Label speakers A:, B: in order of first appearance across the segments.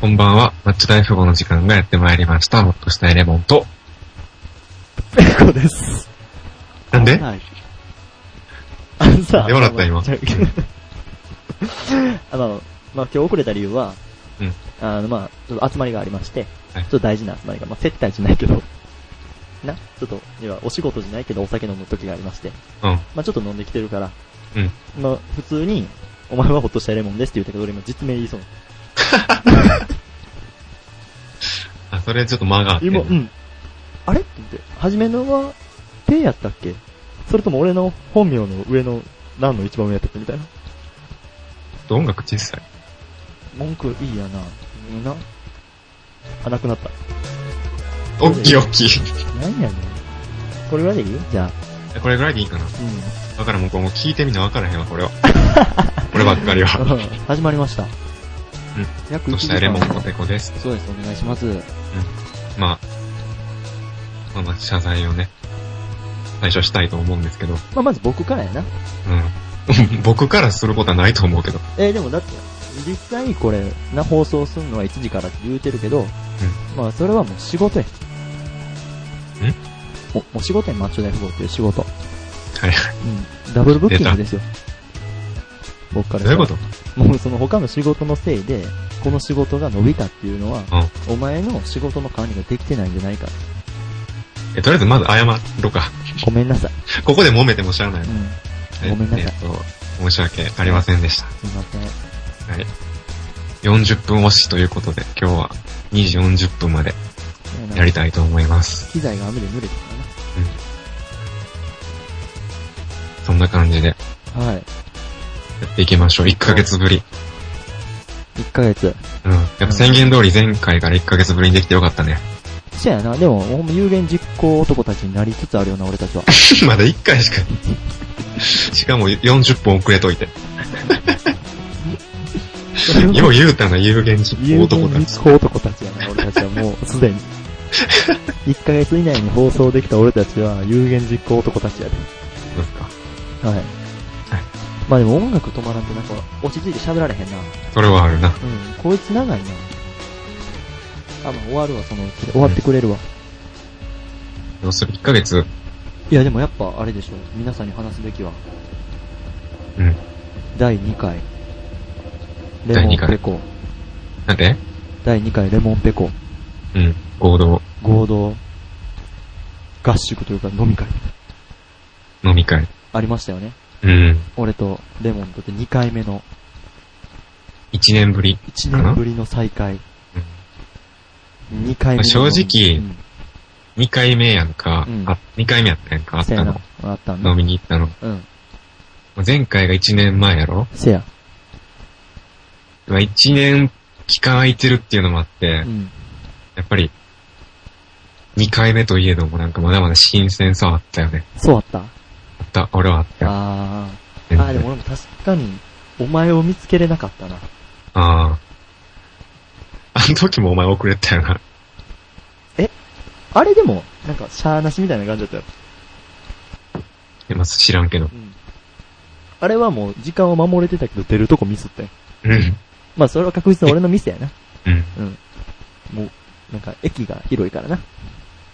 A: こんばんは。マッチ大富豪の時間がやってまいりました。もっとしたいレモンと。
B: ペコです。
A: なんで
B: はい。あのさ、
A: なんで笑った今
B: ちょ あの、まあ、今日遅れた理由は、
A: うん
B: あの、まあ、ちょっと集まりがありまして、
A: はい
B: ちょっと大事な集まりが、まあ、接待じゃないけど、な、ちょっと、要はお仕事じゃないけどお酒飲む時がありまして、
A: うん。
B: まあ、ちょっと飲んできてるから、
A: うん
B: まあ、普通に、お前はホッとしたレモンですって言ったけど、俺今実名言いそう。
A: あ、それちょっと間があって。
B: 今、うん。あれって言って、初めのは、ペやったっけそれとも俺の本名の上の、何の一番上やったっけみたいな。
A: 音楽小さい。
B: 文句いいやな。いいな。あ、なくなった。
A: おっきいおっきい。
B: なんやねん。これぐらいでいいじゃあ。
A: これぐらいでいいかな。
B: う
A: だからもうこれもう聞いてみなわからへんわ、 これは。こればっかりは。
B: ん。始まりました。うん。約
A: そ
B: 1
A: し
B: 時
A: たら
B: 間。
A: レモンとペコです。
B: そうです、お願いします。
A: まあ、まあまあ、謝罪をね、最初したいと思うん ですけど。う
B: まあ、まず僕からやな。
A: ん。僕からすることはないと思うけど。
B: えー、でもだって、実際これ、な、放送するのは1時からって言うてるけど、まあ、それはもう仕事や。んももう仕事やん、マッチョ大富豪っていう仕事。
A: はいはい。
B: うん。ダブルブッキングですよ。僕から
A: どういうこと
B: もうその他の仕事のせいで、この仕事が伸びたっていうのは、お前の仕事の管理ができてないんじゃないか。
A: え、とりあえずまず謝ろうか。
B: ごめんなさい。
A: ここで揉めても知らないの
B: う。ん。
A: え
B: ごめんなさい
A: えっと、申し訳ありませんでした。
B: すいません。
A: はい。40分押しということで、今日は2時40分までやりたいと思います。
B: 機材が雨で濡れてた
A: そんな感じでや
B: かな。はい。
A: っていきましょう。1ヶ月ぶり。
B: 1ヶ月。
A: うん。やっぱ宣言通り前回から1ヶ月ぶりにできてよかったね。
B: そやな、でも、ほんま有言実行男たちになりつつあるような俺たちは。
A: まだ1回しか。しかも40分遅れといて。よう言うたな、有言実行
B: 有
A: 男
B: 言
A: たち
B: 実。行男たちやな、俺たちはもう、すでに。1ヶ月以内に放送できた俺たちは、有言実行男たちやで。
A: そうですか
B: はい。まあでも音楽止まらんとなんか、落ち着いて喋られへんな。
A: それはあるな。
B: うん、こいつ長いな。あ、まあ終わるわ、そのうち。終わってくれるわ。
A: どうする ?1 ヶ月。
B: いや、でもやっぱ、あれでしょ。皆さんに話すべきは。
A: うん。
B: 第2回。レ
A: 第
B: モ
A: 二
B: ン
A: 回
B: ペコ。
A: なんで
B: 第2回レモンペコ。
A: うん。合同
B: 合同、合宿というか飲み会。
A: 飲み会。
B: ありましたよね。
A: うん。
B: 俺とレモンにとって2回目の、
A: 1年ぶり。
B: 1年ぶりの再会。2回目の。
A: まあ正直
B: うん
A: 2回目やんか、
B: うん
A: あ、2回目やったやんか、あっ
B: せや
A: た
B: な
A: の。。
B: あったんだ
A: 飲みに行ったの。
B: うん。
A: 前回が1年前やろ
B: せや。
A: まあ ?1 年期間空いてるっていうのもあって、
B: うん。
A: やっぱり、2回目といえどもなんかまだまだ新鮮さはあったよね。
B: そうあった
A: あった、俺はあったよ。
B: あ
A: 全
B: あ。
A: 然
B: ああ、でも俺も確かに、お前を見つけれなかったな。
A: ああ。あの時もお前遅れてたよな。
B: あれでも、なんか、シャーなしみたいな感じだったよ。
A: いやまあ知らんけど。
B: うん。あれはもう、時間を守れてたけど、出るとこミスったよ。
A: うん。
B: まあ、それは確実に俺のミスやな。
A: うん。
B: もう、なんか、駅が広いからな。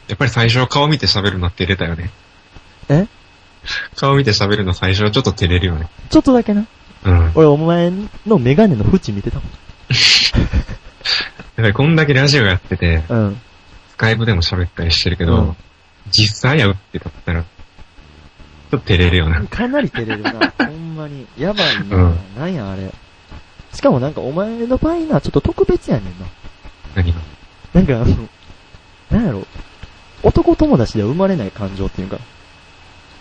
A: やっぱり最初は顔見て喋るのは照れたよね。
B: え
A: 顔見て喋るの最初はちょっと照れるよね。
B: ちょっとだけな。
A: うん。
B: 俺、お前のメガネの縁見てたも
A: やっぱりこんだけラジオやってて、
B: ん。うん。
A: スカイプでも喋ったりしてるけど、
B: うん
A: 実際会うってだったら、ちょっと照れるよな。
B: かなり照れ るな。ほんまに。やばいな。
A: うん
B: なんや、あれ。しかもなんか、お前の場合な、ちょっと特別やねんな。
A: 何が。
B: なんかあの、なんやろ、男友達では生まれない感情っていうか、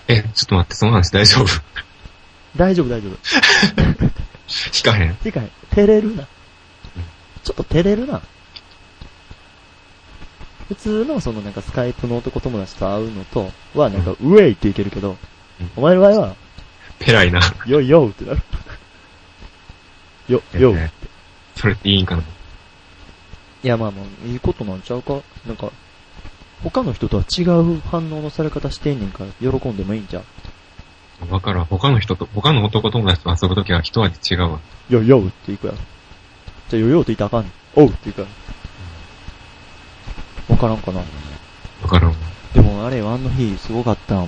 A: え、ちょっと待って、その話大丈夫
B: 大丈夫大丈夫。
A: 引かへん。
B: てか、照れるな。ちょっと照れるな。普通のそのなんかスカイプの男友達と会うのとはなんか、ウェイっていけるけど
A: うん、
B: お前の場合は、
A: ペライな。
B: よいよってなる。よ、よ。
A: ねそれっていいんかな。
B: いやまあまあ、いいことなんちゃうかなんか、他の人とは違う反応のされ方してんねんから、喜んでもいいんちゃ
A: わからん。他の人と、他の男友達と遊ぶときは一味違うわ。
B: うよいよっていくやろ。じゃあよいよって言ったらあかんねんおうっていうか、わからんかな。
A: わからんわ。
B: でもあれ、あの日すごかったん。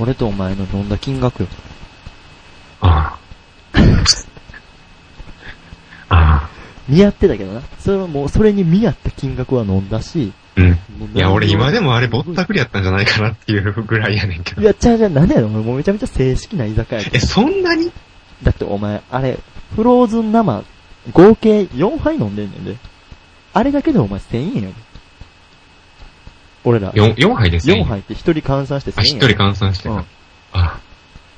B: 俺とお前の飲んだ金額よ。
A: ああ。ああ。
B: 見合ってたけどな。それはもう、それに見合った金額は飲んだし。
A: うん。
B: もう何
A: いや、俺今でもあれぼったくりやったんじゃないかなっていうぐらいやねんけ
B: い
A: ど。
B: や、ちゃうちゃう、何やろ、俺もうめちゃめちゃ正式な居酒屋やで
A: え、そんなに
B: だってお前、あれ、フローズン生、合計4杯飲んでんねんで。あれだけでお前1000円やで。俺ら、
A: ?4、4杯ですね。
B: 4。杯って1人換算して1000
A: あ、
B: 円
A: 一
B: やで。
A: 人換算してた。
B: うん
A: ああ。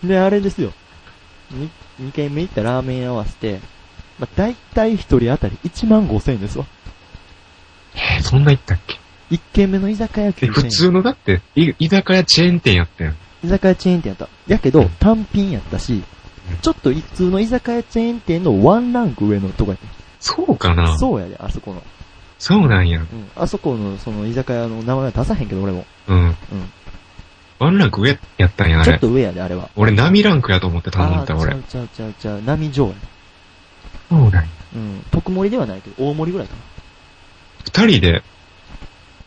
B: で、あれですよ。に二軒目行ったラーメン屋合わせて、まあ、だいたい1人当たり1万5千円ですわ。
A: え、そんな言ったっけ
B: 1軒目の居酒屋
A: え
B: 9
A: 普
B: 千円。
A: 通のだって、い居酒屋チェーン店やったやん。
B: 居酒屋チェーン店やった。やけど、単品やったし、ちょっと普通の居酒屋チェーン店のワンランク上のとこやった。
A: そうかなそう
B: そうやで、あそこの。
A: なんや。
B: うん。あそこの、その居酒屋の名前は出さへんけど、俺も。
A: うん。
B: うん。
A: ワンランク上やったんや、あ
B: ちょっ
A: れ。
B: と上やで、あれは。
A: 俺、波ランクやと思って頼んだ、
B: あー
A: 俺。
B: ちゃうちゃうちゃうちゃう、波上や。
A: そうなんや。
B: うん。特盛りではないけど、大盛りぐらいかな。
A: 二人で、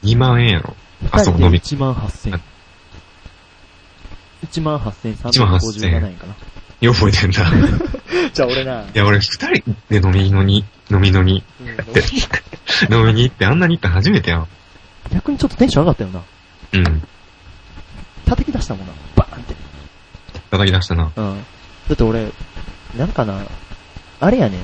A: 2万円やろ。あそう
B: 二人で
A: 飲み
B: 1万8000
A: あ。
B: 1万8357
A: 18,357
B: 円かな。
A: よ、覚えてんだ。 い
B: じゃあ俺な、
A: や、俺、二人で飲みのに、飲みのに、
B: うん
A: 飲みに行って、あんなに行ったの初めてやわ。
B: 逆にちょっとテンション上がったよな。
A: うん。
B: 叩き出したもんな。バーンって。
A: 叩き出したな。
B: うん。だって俺、なんかな、あれやねん。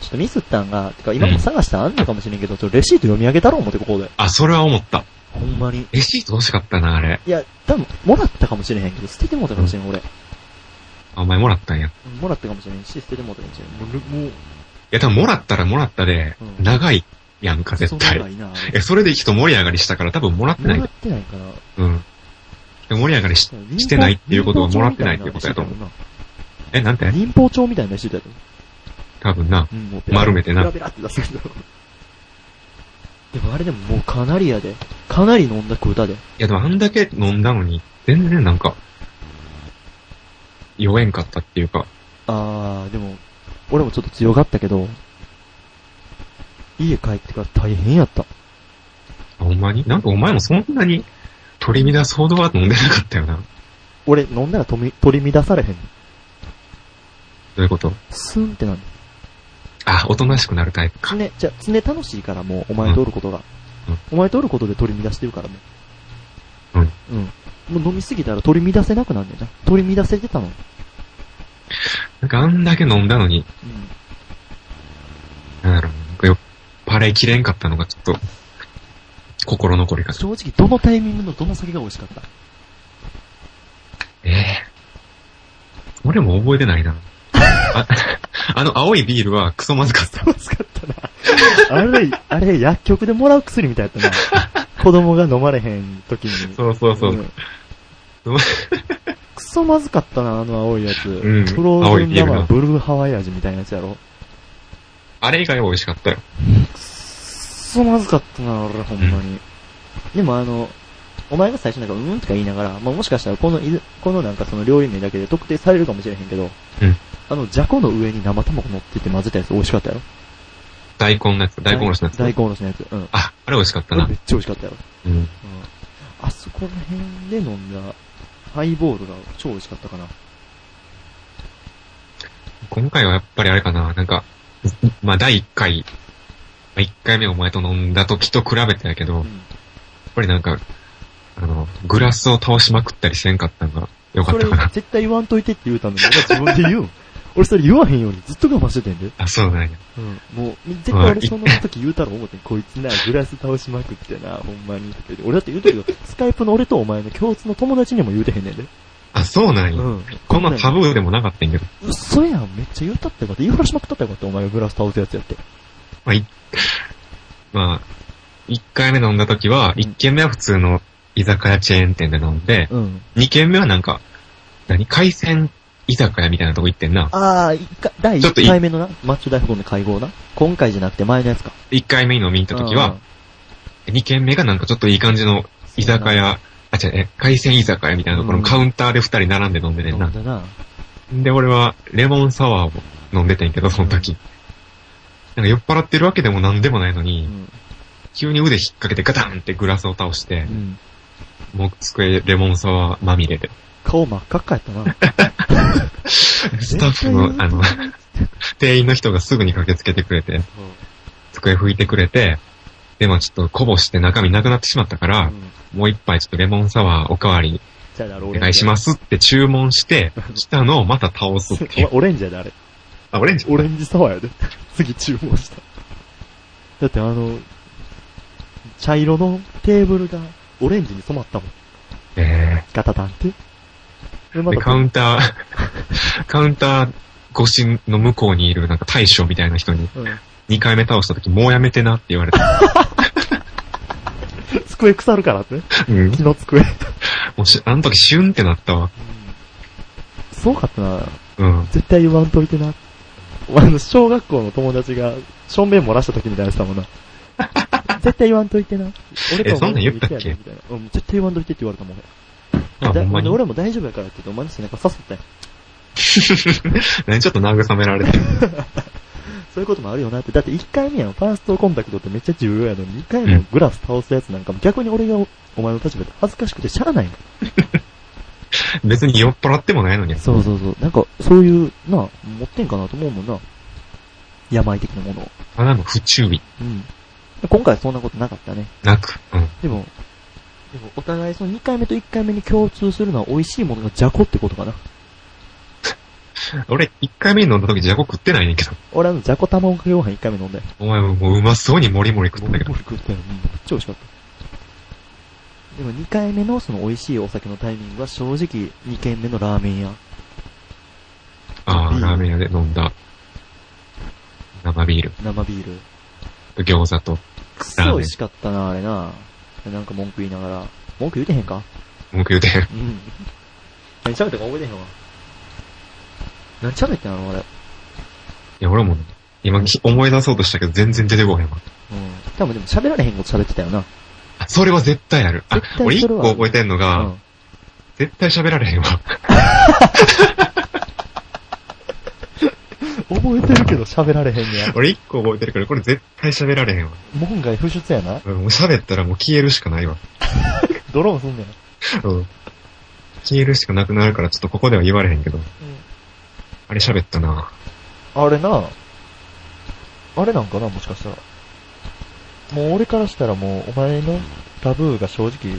B: ちょっとミスったんが、てか今も探したらあんのかもしれんけど、ちょっとレシート読み上げたろう思ってここで。
A: あ、それは思った。
B: ほんまに。
A: レシート欲しかったな、あれ。
B: いや、多分、もらったかもしれへんけど、捨ててもうたかもしれん、俺。
A: あお前もらったんや。い
B: もらったかもしれんし、捨ててもうたかもしれん。もうる、もう、
A: や、多分もらったらもらったで
B: う、ん
A: 長いやんか、絶対。
B: いな。
A: え、それで人盛り上がりしたから多分もらって
B: も
A: ない
B: ら。ってないから。
A: うん。で盛り上がりし、してないっていうことはもらってないっていうことやと思う。え、なんて
B: 民法帳みたいなレシートやと思
A: 多分な。
B: う。うん、もう
A: 丸めてな
B: ペラペラって出すけど。でもあれでももうかなりやで。かなり飲んだ食うたで。
A: いやでもあんだけ飲んだのに、全然なんか、酔えんかったっていうか、
B: あー、でも、俺もちょっと強がったけど、家帰ってから大変やった。
A: あほんまになんかお前もそんなに、取り乱すほどは飲んでなかったよな。ど
B: 俺飲んだらとみ取り乱されへん。
A: ういうこと
B: スンってなん
A: あ、おとなしくなるタイプか。
B: ね、じゃあ常楽しいからもう、お前とおることが。
A: うん
B: お前とおることで取り乱してるからもう。
A: うん。
B: うん。もう飲みすぎたら取り乱せなくなんねんな。取り乱せてたの。
A: なんかあんだけ飲んだのに、
B: う
A: なんだろう、なんか酔っ払いきれんかったのがちょっと、心残りか
B: ん。。正直、どのタイミングのどの酒が美味しかった
A: ええ俺も覚えてないな。あ あの青いビールはクソまずかった。
B: 美味しかったな。あれ、あれ、薬局でもらう薬みたいやっ たな。子供が飲まれへん時に。
A: そうそうそう。
B: んクソまずかったな、あの青いやつ。
A: うん
B: フロー
A: 青
B: ズ
A: い
B: ン
A: ビールな
B: 生ブルーハワイ味みたいなやつやろ。
A: あれ以外は美味しかったよ。
B: くっそまずかったな、俺、ほんまに。でもあの、お前が最初なんか、うーんとか言いながら、まあ、もしかしたらこのいず、このなんかその料理名だけで特定されるかもしれへんけど、
A: うん
B: あの、じゃこの上に生卵乗ってて混ぜたやつ美味しかったよ。
A: 大根のやつ、大根おろしのやつ。
B: 大根おろしのやつ。うん。
A: あ、あれ美味しかっ
B: あ
A: た
B: れ
A: な
B: め。っちゃ美味しかったよ。
A: うん。
B: うん。あそこら辺で飲んだ、ハイボールが超美味しかったかな。
A: 今回はやっぱりあれかな、なんか、まあ第1回、まあ1回目お前と飲んだ時と比べてやけど、
B: う
A: やっ
B: ん。
A: ぱりなんか、あの、グラスを倒しまくったりせんかったのが良か
B: そ
A: っ
B: れ
A: たかな。
B: 絶対言わんといてって言うたのに、俺は自分で 言うん。俺それ言わへんようにずっと我慢しててんで。
A: あ、そうなんや。
B: うん、もう、絶対俺その時言うたら思ってん、こいつな、グラス倒しまくってな、ほんまに。俺だって言うたけど、スカイプの俺とお前の共通の友達にも言うてへんねんで。
A: あ、そうなんや。
B: うん。
A: こんなタブーでもなかったんやけど。
B: 嘘やん、めっちゃ言うたってよかった。言いふらしまくったってよかった、お前がグラス倒すやつやって。
A: まあ、いまあ、1回目飲んだ時は、1軒目は普通の居酒屋チェーン店で飲んで、
B: うん。
A: 2軒目はなんか、何海鮮居酒屋みたいなとこ行ってんな。
B: あー、一回、第
A: ちょっと
B: 1
A: い
B: 回目のな、マッチョ大富豪の会合な。今回じゃなくて前のやつか。
A: 1回目に飲みに行った時
B: う
A: は
B: ん、、
A: 2軒目がなんかちょっといい感じの居酒屋、あ、違う、え、海鮮居酒屋みたいなところ
B: うん
A: のカウンターで2人並んで飲んでて
B: 飲
A: ん
B: ん
A: な。
B: だな。
A: で、俺はレモンサワーを飲んでてんけど、その時。なんか酔っ払ってるわけでもなんでもないの
B: う
A: に、
B: ん。
A: 急に腕引っ掛けてガタンってグラスを倒して
B: う、ん。
A: もう机レモンサワーまみれで。
B: 顔真っ赤っかやったな。
A: スタッフの、あの、店員の人がすぐに駆けつけてくれて、机拭いてくれて、で、まあちょっとこぼして中身なくなってしまったから、
B: うん
A: もう一杯ちょっとレモンサワーおかわり
B: じゃあだろ、
A: お
B: オレンジ。
A: 願いしますって注文して、来たのをまた倒すっていう。
B: おオレンジやで、あれ。
A: あ、オレンジ
B: オレンジサワーやで。次注文した。だってあの、茶色のテーブルがオレンジに染まったもん。
A: え
B: ガタタンって。で、
A: ー
B: ま
A: で、
B: た、
A: カウンタ ー、カウンター越しの向こうにいるなんか大将みたいな人に、
B: うん
A: 2回目倒した時もうやめてなって言 われて、
B: 机腐るからってね。
A: うん
B: 木の机。
A: もうし、あの時シュンってなったわ。
B: すごかったな。
A: うん。
B: 絶対言わんといてな。お前の小学校の友達が、正面漏らした時みたいな人だもんな。絶対言わんといてな。俺
A: え
B: とお前
A: そんなん言ったっけ
B: 一緒やねみたいなうん、絶対言わんといてって言われたもん、
A: あ、ほ
B: 俺。
A: んまに。
B: だ俺も大丈夫やからって言って、お前の背中刺すったよ。
A: 何ちょっと慰められてる。
B: そういうこともあるよなって。だって1回目やん、ファーストコンタクトってめっちゃ重要やのに、2回目のグラス倒すやつなんかも逆に俺がおお前の立場で恥ずかしくてしゃあないの。
A: 別に酔っ払ってもないのに。
B: そうそうそう。なんか、そういう、な、持ってんかなと思うもんな。病的なものを。
A: ただの不注意。
B: うん。今回はそんなことなかったね。
A: なく。うん。
B: でも、でもお互いその2回目と1回目に共通するのは美味しいものがじゃこってことかな。
A: 俺、1回目に飲んだ時じゃこ食ってないねんけど。
B: 俺あの、じゃこ卵かけご飯1回目飲んだよ。
A: お前もううまそうにもりもり食っ
B: も
A: てたけ
B: りも
A: ど
B: り。食ったよ。うんめっちゃ美味しかった。でも2回目のその美味しいお酒のタイミングは正直2軒目のラーメン屋。
A: あ
B: ビー
A: あ、
B: ル
A: ラーメン屋で飲んだ。生ビール
B: 生ビール。
A: と餃子と、
B: くそ美味しかったな、あれな。なんか文句言いながら。文句言うてへんか
A: 文句言うて。
B: うん。何喋ったか覚えてへんわ。何喋ってんのあれ。
A: いや、俺も、今思い出そうとしたけど全然出てこへんわ。
B: うん。多分でも喋られへんこと喋ってたよな。
A: あそれは絶対ある。あ
B: 絶、対
A: 俺
B: そ
A: 一
B: れ
A: 個
B: は
A: 覚えてんのが、
B: うん。
A: 絶対喋られへんわ。
B: 覚えてるけど喋られへんねや。
A: 俺一個覚えてるから、これ絶対喋られへんわ。
B: 門外不出やな。
A: うんもう喋ったらもう消えるしかないわ。
B: ドローンすんねや。
A: うん。消えるしかなくなるから、ちょっとここでは言われへんけど。あれ喋ったな。
B: あれな、あれなんかな、もしかしたら。もう俺からしたらもう、お前のタブーが正直、フ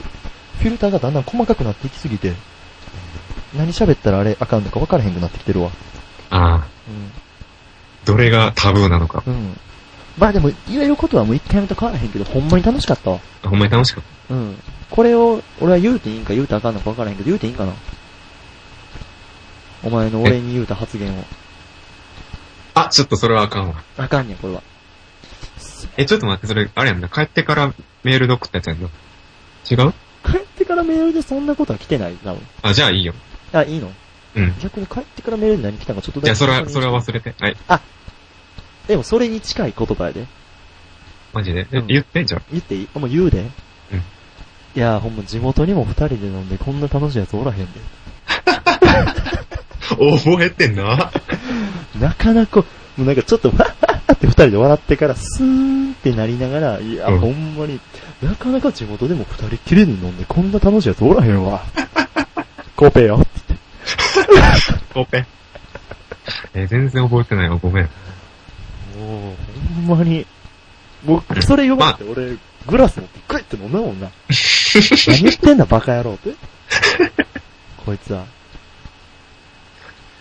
B: ィルターがだんだん細かくなっていきすぎて、何喋ったらあれあかんのか分からへんくなってきてるわ。
A: ああ、どれがタブーなのか。
B: うん。うん。まあでも、言えることはもう一回目と変わらへんけど、ほんまに楽しかったわ。
A: ほんまに楽しかっ
B: うん。これを、俺は言うていいんか言うてあかんのか分からへんけど、言うていいんかなお前の俺に言うた発言を。
A: た。あ、ちょっとそれはあかんわ。
B: あかんねん、これは。
A: え、ちょっと待って、それ、あれやんな。帰ってからメールドックってやつやんな。違う
B: 帰ってからメールでそんなことは来てない、多分。
A: あ、じゃあいいよ。
B: あ、いいの
A: うん。
B: 逆に帰ってからメールで何来たんかちょっとだ
A: じゃ
B: け。
A: あ、それは、それは忘れて。はい。
B: でもそれに近い言葉やで。
A: マジで。え
B: うん
A: 言ってんじゃん。
B: 言っていいあ、もう言うで。うん。いやー、ほんま地元にも二人で飲んでこんな楽しいやつおらへんで。
A: 覚えてんな。
B: なかなか、もうなんかちょっと、わっはっはって二人で笑ってから、スーンってなりながら、いや、
A: うん
B: ほんまに、なかなか地元でも二人きりに飲んでこんな楽しいやつおらへ んわ。コペよ。
A: オペ。え、全然覚えてないわ。ご めん。
B: もう、ほんまに。僕、それ呼ばれて、俺、グラス持ってグイって飲んだもんな。何言ってんだ、バカ野 郎って。こいつは、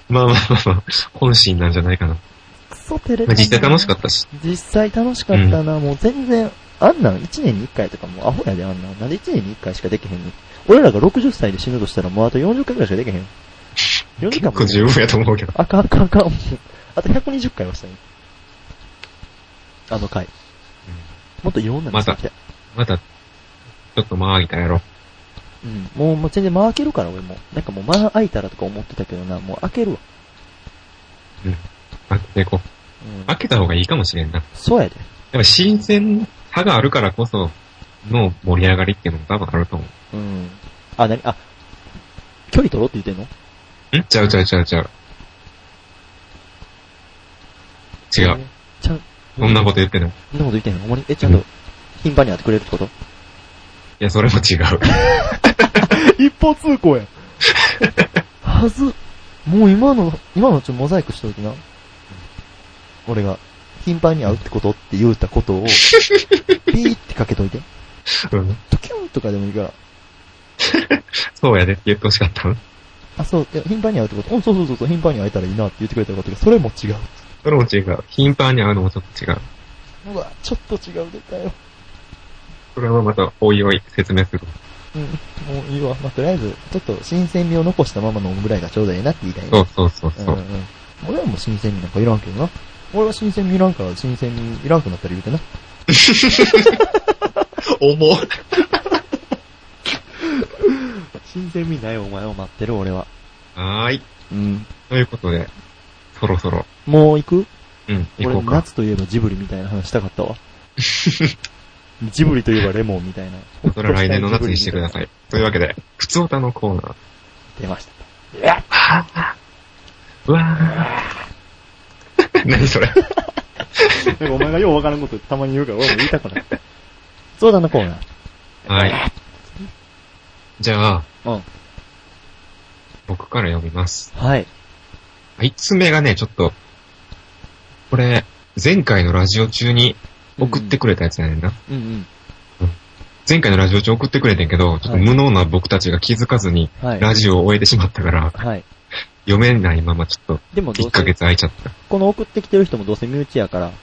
A: まあまあまあまあ、本心なんじゃないかな。
B: クソ照れ
A: まあ実際楽しか
B: っ
A: ったし。
B: た。実際楽しかったな、もう全然、あんなん1年に1回とかもうアホやであんなん。なんで1年に1回しかできへんの俺らが60歳で死ぬとしたらもうあと40回くらいしかできへんよ。40
A: 結
B: 回
A: 構
B: も。
A: 十分やと思うけど。
B: あかんあかんあかん。もうあと120回はしたい。あの回。もっといろんなのしていきたい
A: また、ちょっと間あいたやろ。
B: うん。もう、もう全然間開けるから、俺も。なんかもう間開いたらとか思ってたけどな、もう開けるわ。
A: あ、で、こう、
B: うん。
A: 開けた方がいいかもしれんな。
B: そうやで。
A: やっぱ新鮮さがあるからこその盛り上がりっていうのも多分あると思
B: うん。あ、なに、あ、距離取ろうって言ってんの
A: う。んちゃうちゃうちゃうちゃう。違う。。
B: ちゃう。
A: そんなこと言ってない。い
B: そんなこと言ってんのほんまにえ、ちゃんと、頻繁に会ってくれるってこと
A: や、それも違う。
C: 一方通行や。はず。もう今の、今のちょっとモザイクしといてな。俺が、頻繁に会うってことって言うたことを、 ピーってかけといて。
A: うん
C: ドキュンとかでもいいから。
A: そうやでって言ってほしかったの。
C: あ、そう、いや頻繁に会うってこと。うん、そうそうそうそう、頻繁に会えたらいいなって言ってくれたことが、それも違う。
A: それも違う。頻繁に会うのもちょっと違う。
C: うわ、ちょっと違う出たよ。
A: それはまた、おいおい説明する。
C: うん、もういいわ。まあ、とりあえず、ちょっと新鮮味を残したまま飲むぐらいがちょうどええなって言いたいね
A: そうそうそうそ
C: うんう
A: う。
C: ん。俺はもう新鮮味なんかいらんけどな。俺は新鮮味いらんから、新鮮味いらんくなったら言うてな。
A: 重っ。
B: 新鮮味ないお前を待ってる俺は。
A: はーい。
B: うん。
A: ということで、そろそろ、
B: もう行く
A: うん、行こ
B: 俺
A: う、か。
B: 夏といえばジブリみたいな話したかったわ。ジブリといえばレモンみたいな。
A: それは来年の夏にしてください。というわけで、普通歌のコーナー。
B: 出ました。
A: うわ ー。何それ
B: なんかお前がようわからんことたまに言うから俺も言いたくない。 相談のコーナー。
A: はい。じゃあ、
B: うん
A: 僕から読みます。
B: はい。
A: 一つ目がね、ちょっと、これ、前回のラジオ中に送ってくれたやつやねんな。
B: うんうん。
A: 前回のラジオ中送ってくれてんけど、ちょっと無能な僕たちが気づかずに、
B: はい。
A: ラジオを終えてしまったから、
B: はい。
A: 読めないままちょっ
B: でも
A: と、
B: ど
A: 1
B: う
A: ヶ
B: せ、
A: 月空いちゃった。
B: この送ってきてる人もどうせ身内やから、こ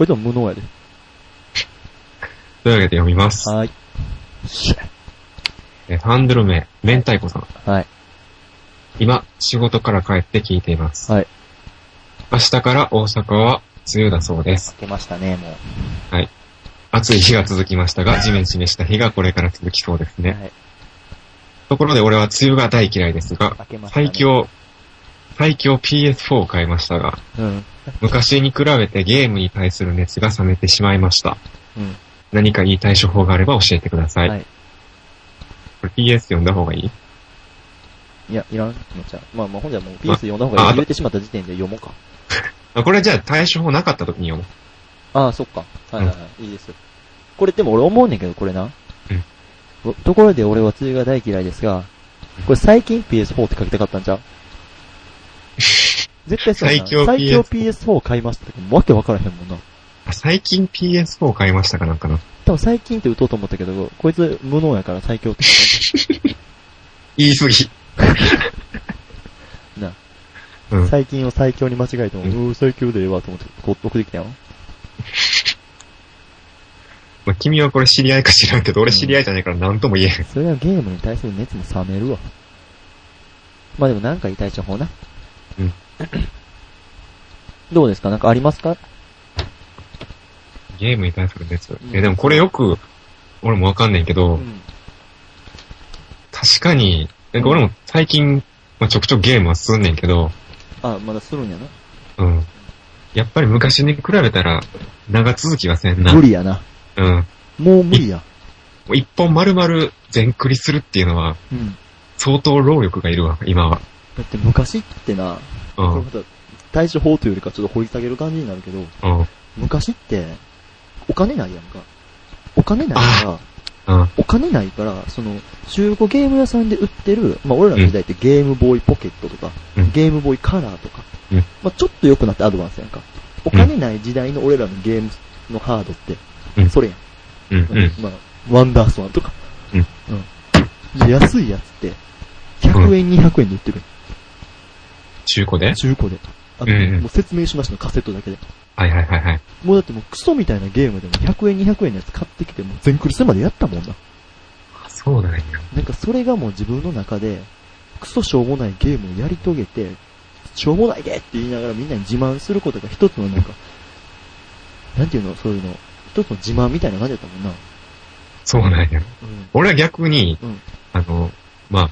B: れでも無能やで。
A: というわけで読みます。
B: はい。
A: えハンドル名、明太子さん。
B: はい。
A: 今、仕事から帰って聞いています。
B: はい。
A: 明日から大阪は梅雨だそうです。
B: つけましたね、も
A: 暑い日が続きましたが、ジメジメした日がこれから続きそうです
B: う。
A: ね。
B: はい。
A: ところで俺は梅雨が大嫌いですが、
B: 開けましたね。
A: 最。強、最強 PS4 を買いましたが、
B: うん。
A: 昔に比べてゲームに対する熱が冷めてしまいました。
B: うん。
A: 何かいい対処法があれば教えてください。
B: はい
A: これ PS 読んだ方がいい
B: いや、いらん気持ちゃう。まあまあ、ほんじゃもう PS 読んだ方がい
A: あ
B: い
A: あと
B: 言うてしまった時点で読もうか。
A: あこれじゃあ対処法なかった時に 読む。
B: ああ、そっか。はいはいはい。いいですよ。これでも俺思うねんけど、これな。
A: うん
B: と。ところで俺は梅雨が大嫌いですが、これ最近 PS4 って書きたかったんじゃう絶対そうやな
A: 最強 PS4
B: 最強 PS4 買いましたってわけわからへんもんな。
A: あ最近 PS4 を買いましたかなんかな。
B: 多分最近って打とうと思ったけど、こいつ無能やから最強って
A: 言い過 ぎ。
B: な。
A: うん。
B: 最近を最強に間違えても、う
A: うん
B: ー、最強でええわと思って、こう、送ってきたよ。
A: まあ、君はこれ知り合いか知らんけど、俺知り合いじゃないから何とも言えへん。
B: それはゲームに対する熱も冷めるわ。まあでもなんかいい対処法な。
A: うん。
B: どうですかなんかありますか
A: ゲームに対する熱。
B: ん
A: え、でもこれよく、俺もわかんないけど、
B: うん。
A: 確かに、なんか俺も最近、まあ、ちょくちょくゲームはすんねんけど、
B: あ、まだするんやな。
A: うん。やっぱり昔に比べたら、長続きはせんな。
B: 無
A: 理。
B: 理やな。
A: うん。も
B: もう無理や。
A: う一本丸々全クリするっていうのは、
B: うん。
A: 相当労力がいるわ、今は。
B: だって昔ってな、
A: う
B: これ
A: ん。
B: また対処法というよりかちょっと掘り下げる感じになるけど、
A: うん。うん。
B: 昔って、お金ないやんか。お金ないから、
A: あ
B: お金ないから、その、中古ゲーム屋さんで売ってる、まあ俺らの時代ってゲームボーイポケットとか、
A: うん
B: ゲームボーイカラーとか、
A: うん
B: まあちょっと良くなってアドバンスやんか。お金ない時代の俺らのゲームのハードって、
A: うん
B: それやん。
A: うん。うん。
B: まあ、ワンダースワンとか。
A: うん
B: うんで安いやつって、100円、200円で売ってるや
A: 中古で
B: ん中古で。あ
A: うんう
B: の、
A: ん
B: もう説明しましたの、カセットだけで。
A: はいはいはいはい。
B: もうだってもうクソみたいなゲームでも100円、200円のやつ買ってきて、もう全クリスまでやったもんな。
A: あそうなんや。
B: なんかそれがもう自分の中で、クソしょうもないゲームをやり遂げて、しょうもないでって言いながらみんなに自慢することが一つのなんか、なんていうの、そういうの、一つの自慢みたいな感じだったもんな。
A: そうなんや。
B: う
A: 俺は逆に、
B: うん
A: あの、まあ、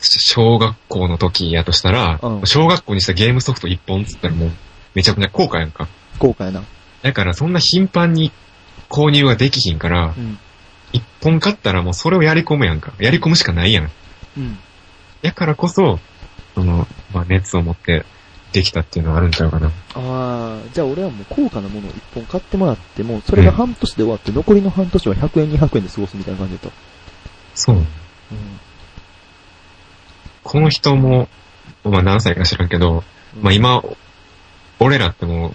A: 小学校の時やとしたら、
B: うん
A: 小学校にしたゲームソフト一本っつったらもう、めちゃくちゃ高価やんか。
B: ん。後悔な。
A: だからそんな頻繁に購入はできひんから
B: う、ん。
A: 一、本買ったらもうそれをやり込むやんか。やり込むしかないやん。
B: うん。
A: だからこそ、その、まあ、熱を持ってできたっていうのはあるんちゃうかな。
B: ああ、じゃあ俺はもう高価なものを一本買ってもらっても、それが半年で終わって、残りの半年は100円200円で過ごすみたいな感じだと。
A: そう。
B: う
A: この人も、まあ何歳か知らんけど、
B: ん。
A: まあ今、俺らっても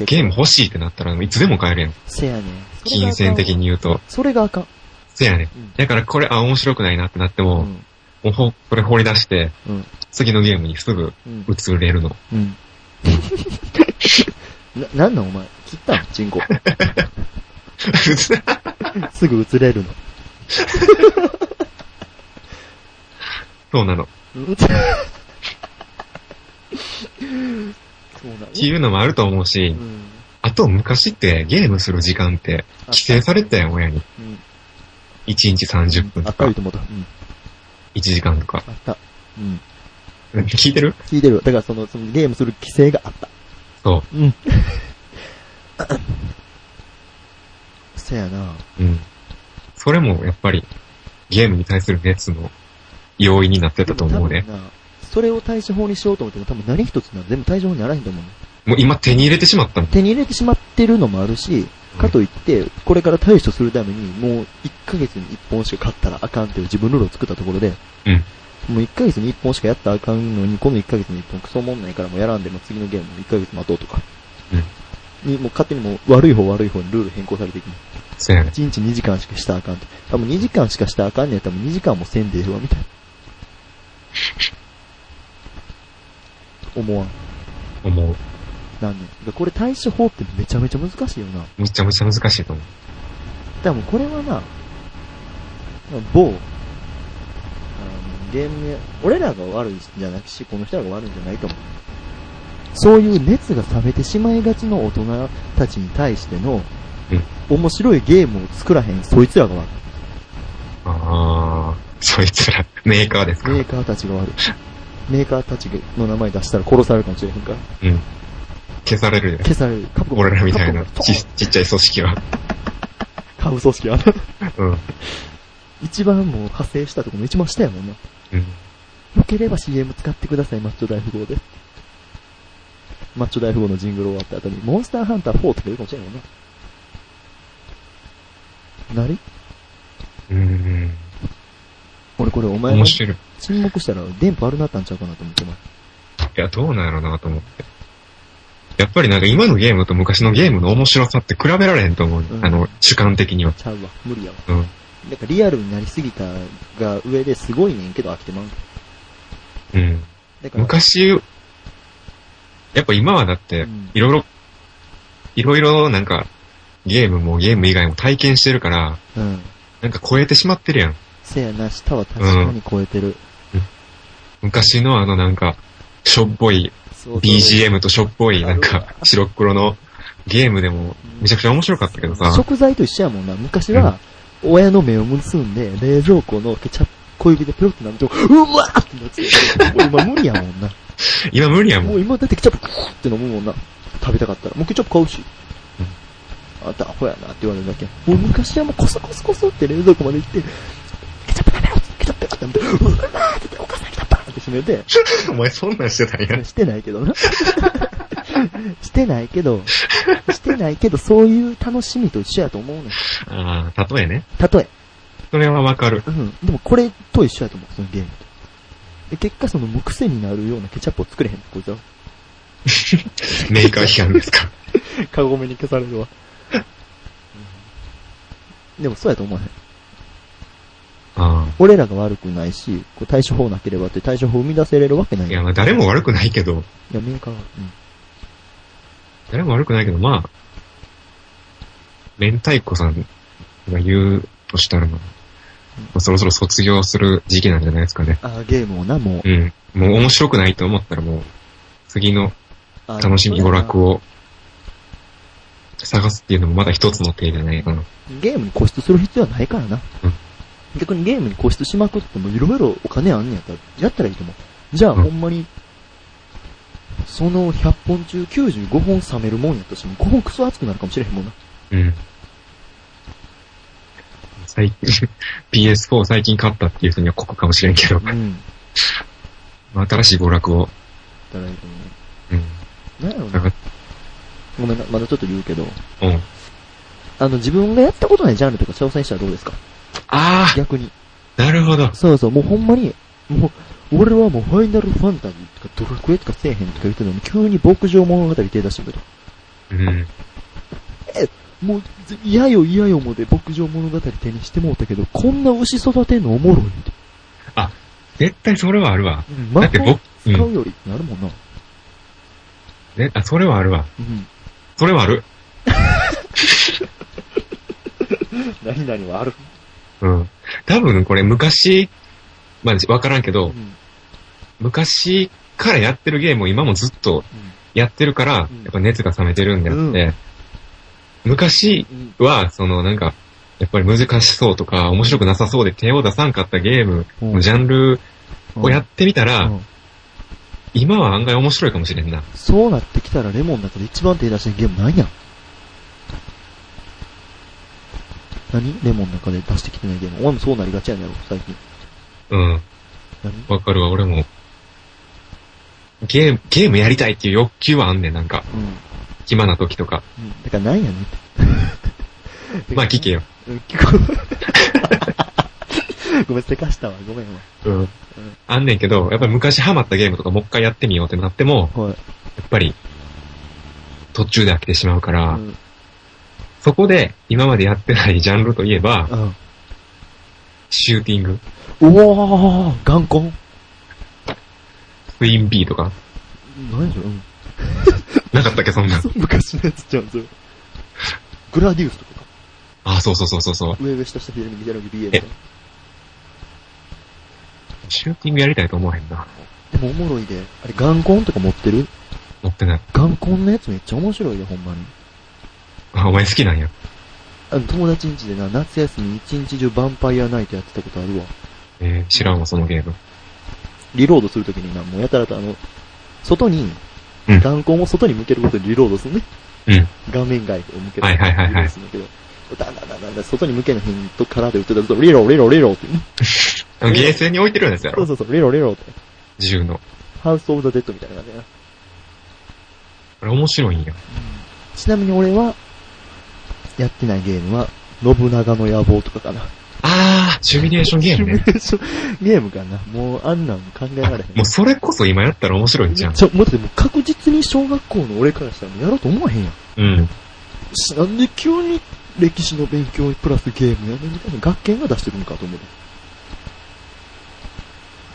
A: う、ゲーム欲しいってなったらいつでも買えるやん。
B: せやねん。それが
A: 金銭的に言うと。
B: それがあかん。
A: せやねん。
B: うん
A: だからこれ、あ、面白くないなってなっても、も
B: うん。
A: うほ、これ放り出して、
B: うん
A: 次のゲームにすぐ
B: うん。
A: 移れる の。
B: うん。な、なんなんお前。切ったん チンコ。すぐ映れるの。
A: そうなの。っ
B: 映そうなん
A: ていうのもあると思うし
B: う、ん。
A: あと昔ってゲームする時間って
B: あ
A: 規制されてたやん、親に。
B: うん。
A: 1日30分と
B: あった
A: か
B: らいい、と思った。うん。
A: 1時間とか。
B: あった。うん。
A: 聞いてる
B: 聞いてる。だからその、そのゲームする規制があった。
A: そ
B: うん。せやな。
A: う。うん。それもやっぱり、ゲームに対する熱の要因になってたと思うね
B: で。も多分な。それを対処法にしようと思っても多分何一つな全部対処法にならへんと思うね。
A: もう今手に入れてしまったの。
B: 手に入れてしまってるのもあるし、かといって、これから対処するために、もう1ヶ月に1本しか買ったらあかんっていう自分ルールを作ったところで、
A: うん
B: もう1ヶ月に1本しかやったらあかんのに、この1ヶ月に1本クソもんないからもうやらんでも次のゲームも1ヶ月待とうとか。に、もう勝手にもう悪い方悪い方にルール変更されていくの。
A: そうやね。
B: 1日2時間しかしたらあかんって。多分2時間しかしたらあかんねやったらもう2時間もせんでええわ、みたいな。思わん。
A: 思う。
B: なんねん。これ対処法ってめちゃめちゃ難しいよな。
A: むちゃむちゃ難しいと思う。
B: でもこれはな、某、あのゲームや、俺らが悪いんじゃなくし、この人らが悪いんじゃないと思う。そういう熱が冷めてしまいがちの大人たちに対しての、面白いゲームを作らへん、そいつらが悪
A: あー、そいつら、メーカーです
B: い。
A: か
B: メーカーたちが悪い。メーカーたちの名前出したら殺されるかもしれへんから、
A: うん。消されるよ。
B: 消される。カプコン
A: 俺らみたい な
B: カプコン
A: ちちっちゃい組織は。
B: 買う組織はな。
A: うん。うん。
B: 一番もう派生したところの一番下やもんな。よければ CM 使ってください、マッチョ大富豪で。マッチョ大富豪のジングル終わった後に、モンスターハンター4とか言うかもしれないもんな。なに
A: うーん。
B: 俺これお前
A: 面
B: が
A: 白い。い
B: 沈黙したら電波悪なったんちゃうかなと思ってます。
A: や、どうなんやろなと思って。やっぱりなんか今のゲームと昔のゲームの面白さって比べられへんと思う。
B: うん
A: あの、主観的には。
B: ちゃうわ。無理やわ。
A: うん。
B: なんかリアルになりすぎたが上ですごいねんけど飽きてまう。
A: うん。
B: だから、
A: 昔、やっぱ今はだって
B: うん、
A: いろいろ、いろいろなんか、ゲームもゲーム以外も体験してるから、
B: うん。
A: なんか超えてしまってるやん。
B: せやな、下は確かに超えてる。
A: 昔のあのなんか、しょっぽい
B: そうそう
A: BGM としょっぽい、なん
B: ある
A: か、白黒のゲームでも、めちゃくちゃ面白かったけどさ、
B: 食材と一緒やもんな。昔は、親の目を結んで、冷蔵庫のケチャップ、小指でペロってなると、うわーってなってたけど、もう今無理やもんな。
A: 今無理やも
B: も
A: ん。
B: う今だってケチャップ、クーって飲むもんな。食べたかったら。もうケチャップ買うし。あんたアホやなって言われるだけ。もう昔はもうコソコソコソって冷蔵庫まで行って、ケチャップ食べろってケチャップ食べろって飲んで、うわーって言って、お母さんケチャップバーンって閉めて、
A: お前そんなんしてたんや。
B: してないけどな。してないけど、してないけど、そういう楽しみと一緒やと思うねん。
A: ああ、例えね。
B: 例え。
A: それはわかる。
B: うん。でもこれと一緒やと思う、そのゲームと。で、結果その無癖になるようなケチャップを作れへん、こいつは。
A: メーカー批判ですか。
B: カゴメに消されるわ。でもそうやと思わへん。
A: あ
B: 俺らが悪くないし、こう対処法なければって対処法を生み出せれるわけな
A: あ。
B: い
A: い
B: や
A: や、
B: ん。
A: まあ誰も悪くないけど、
B: いや、メーカーは。
A: 誰も悪くないけど、まあ、明太子さんが言うとしたら、まあ、そろそろ卒業する時期なんじゃないですかね。
B: うん。あーゲームをな、もう
A: う。ん。もう面白くないと思ったらもう、次の
B: あー
A: 楽しみ娯楽を探すっていうのもまだ一つの手じゃないかな。
B: ゲームに固執する必要はないからな。
A: うん
B: 逆にゲームに固執しまくっても、いろいろお金あんねやったら、やったらいいと思う。じゃあ、
A: うん
B: ほんまに、その100本中95本冷めるもんやとしても、5本クソ熱くなるかもしれへんもんな。
A: うん。最 近、PS4 最近買ったっていう人には酷かもしれんけど、
B: うん。
A: まあ新しい娯楽を
B: ったらいいと思
A: うん。
B: う。なんやろ
A: だ
B: な。
A: か
B: ごめんな、まだちょっと言うけど、
A: ら、うん。
B: あの、自分がやったことないジャンルとか挑戦したらどうですか
A: あ
B: 逆に。
A: あ、なるほど。
B: そうそう、もうほんまに、もう、俺はもうファイナルファンタジーとかドラクエとかせえへんとか言ってたのに、急に牧場物語手出してくる。
A: うん。
B: もう、嫌よ嫌よもで牧場物語手にしてもうたけど、こんな牛育てんのおもろいって。
A: 絶対それはあるわ。
B: うん、
A: だ
B: 魔
A: って
B: 法
A: 僕、
B: 使うよりってなるもんな。
A: ね、あ、それはあるわ。
B: うん。
A: それはある。
B: 何々はある。
A: うん。多分これ昔、まあ、わからんけ
B: う
A: ど、
B: ん。
A: 昔からやってるゲームを今もずっとやってるから、
B: うん
A: やっぱ熱が冷めてるんであって、
B: うん
A: 昔
B: うん。
A: は、そのなんか、やっぱり難しそうとか、面白くなさそうで手を出さんかったゲーム
B: う
A: の
B: ん
A: ジャンルをやってみたら、
B: うん
A: 今は案外面白いかもしれんな。
B: そうなってきたらレモンの中で一番手出してるゲームなんや何レモンの中で出してきてないゲーム。お前もそうなりがちやねんやろ、最近。
A: うん。
B: 何
A: わかるわ、俺も。ゲーム、ゲームやりたいっていう欲求はあんねん、なんか。
B: うん。
A: 暇な時とか。
B: だからなんやねんっ て。
A: まあ聞け
B: よ。
A: よ。
B: うん 聞こごめん、 せかしたわ。ごめんわ。
A: うん。あんねんけど、やっぱり昔ハマったゲームとかもう一回やってみようってなっても、
B: はい。
A: やっぱり、途中で飽きてしまうから、
B: うん。
A: そこで今までやってないジ ャンルといえば、
B: うん
A: シューティング、
B: おー、眼根
A: ツインビーとか、
B: 何やそれうん。
A: なかったっけ、そんなん。
B: 昔のやつちゃうん、それ。グラディウスとかか。
A: あ、そうそうそうそうそう。
B: 上上下下左右左右 BA みたいな。
A: シューティングやりたいと思わへんな。
B: でもおもろいで。あれ、眼根とか持ってる
A: 持ってない。
B: 眼根のやつめっちゃ面白いよ、ほんまに。
A: あ、お前好きなんや。
B: あの、友達ん家でな、夏休み一日中ヴァンパイアナイトやってたことあるわ。
A: えー、知らんわ、そのゲーム。
B: リロードするときにな、もうやたらとあの、外に、
A: うん
B: 眼光を外に向けることにリロードするね。
A: うん。
B: 画面外を向ける。
A: はいはいはいはい
B: リロードするんだけど、だんだんだんだんだん外に向けの辺とからで打ってたと、リローリローリローってね。
A: あのゲーセンに置いてるやつや
B: そ
A: ろ
B: う。そうそう、リローリローって。
A: 銃の。
B: ハウスオブザ・デッドみたいな感じやな。
A: これ面白いんや。
B: ちなみに俺は、やってないゲームは、信長の野望とかかな。
A: あー、シミュレーションゲーム ね。
B: シミュレーションゲームかな。もうあんなん考えられへん。
A: もうそれこそ今やったら面白いんじゃん。
B: ちょ、待って、もう確実に小学校の俺からしたらもうやろうと思わへんやん。
A: うん。
B: しなんで急に歴史の勉強プラスゲームやねんみたいな学研が出してくるのかと思うで。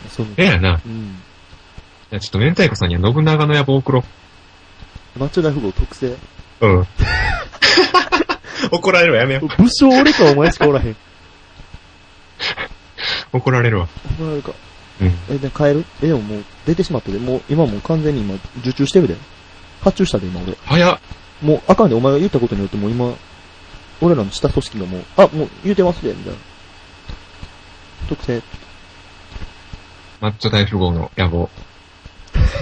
B: その
A: ええやな。
B: うん。
A: じゃあちょっと明太子さんには信長の野望を送ろ
B: マッチョ大富豪特製。
A: う。うん。 怒られるわ、やめよ
B: 武将俺かお前しかおらへん。
A: う。怒られるわ。
B: お前か。
A: うん。
B: え、で、変えるえ、でももう出てしまったで。もう今もう完全に今受注してるで。発注したで今俺。
A: 早っ。
B: もうあかんで、お前が言ったことによってもう今、俺らの下組織がもう、あ、もう言うてますで、みたいな。特製。
A: マッチョ大富豪の野望、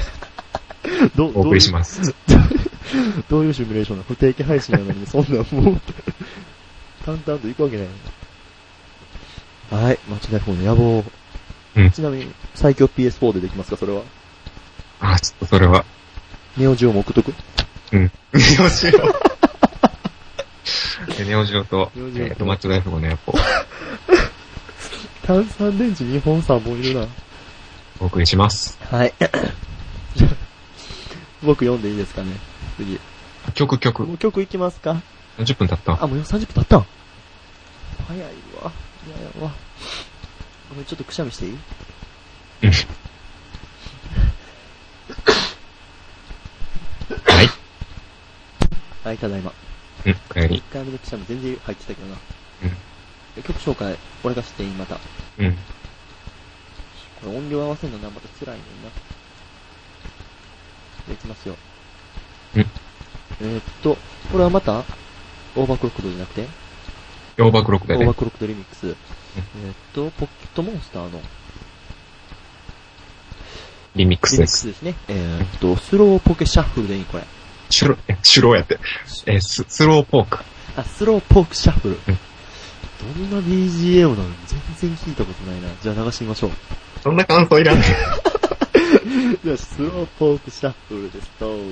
B: ど、
A: お
B: ど
A: 送
B: うい
A: り
B: う
A: し、ます。
B: どういうシミュレーションなの不定期配信なのに、そんなんもう、淡々と行くわけないのはい、町田方の野望。
A: うん
B: ちなみに、最強 PS4 でできますか、それは。
A: あ、ちょっとそれは。
B: ネオジオも送っとく
A: ネオ ジオ。ネオジオと、え
B: ネオジオと
A: ーとマッチョ大富豪の野望、
B: 炭酸電池2本3本いるな。
A: お送りします。
B: はい。じゃあ 僕読んでいいですかね。次。
A: 曲曲
B: も。う曲いきますか
A: 40分経った。
B: あ、もう30分経ったん早いわ。いやわ。ごめん、ちょっとくしゃみしていい
A: うんはい。
B: はい、ただいま。
A: うん、お帰り
B: 1。回目のくしゃみ全然入ってたけどな。
A: うん
B: で曲紹介、俺がしていいまた。こ
A: うん。
B: れ音量合わせるのな、また辛いねんな。で、いきますよ。
A: うん
B: えーっと、これはまた、オーバークロックドじゃなくて、
A: ヨーバークロック
B: オ
A: だ
B: ーバー
A: ね。
B: クロックドリミックス。えーっと、ポケットモンスターの
A: リミック
B: リ
A: スで
B: ミック
A: す
B: ス。ですね。えーっと、スローポケシャッフルでいい、これ。
A: シュロ、え、シュローやって。えース、スローポーク。
B: あ、スローポークシャッフル。
A: ん
B: どんな BGM なの全然聞いたことないな。じゃあ流してみましょう。
A: そんな感想いらんね
B: じゃあ、スローポークシャッフルです。どうぞ。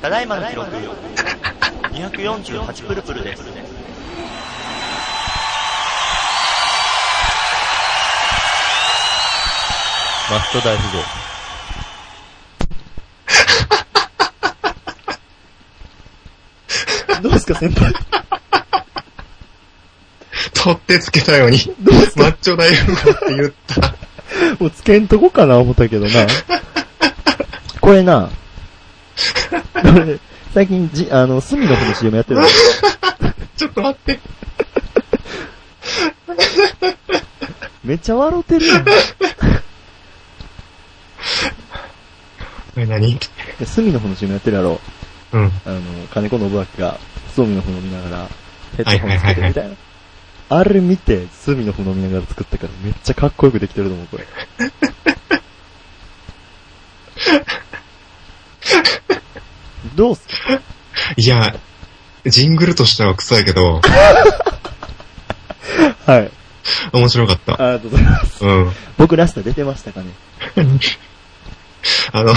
D: ただいまの記録、248プルプルです。
E: マスト大富豪。
B: どうですか、先輩。
A: 取ってつけたように、マッチョ大富豪って言った。
B: もうつけんとこかな思ったけどな。これな、俺最近じ、あの、隅の方の CM やってるの
A: ちょっと待って。
B: めっちゃ笑うてるやん。
A: これ何
B: で隅の方の CM やってるやろ。
A: うん。
B: あの、金子信明が、隅の方飲みながら、ヘッドホンつけてみたいな。あれ見て、隅の方飲みながら作ったからめっちゃかっこよくできてると思う、 これ。どうっすか
A: いや、ジングルとしては臭いけど、
B: はい。
A: 面白かっ
B: あ
A: た。
B: りがとうございます。
A: うん。
B: 僕ラスト出てましたかね
A: あの、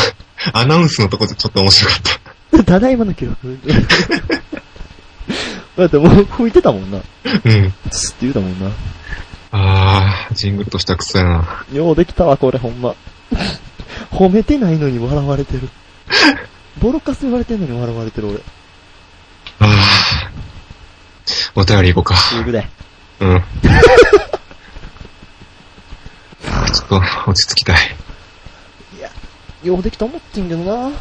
A: アナウンスのとこちょっと面白かった。
B: ただいまの記録。 だってもう吹いてたもんな。
A: うん。
B: つって言うたもんな。
A: あー、ジングルとしては臭いな。
B: ようできたわ、これほんま。 褒めてないのに笑われてる。ボロカス言われてんのに笑われてる俺。
A: あー。お便り行こうか。
B: というぐらい。
A: うん。 ちょっと落ち着きたい。
B: ようできた思ってんけどな。ん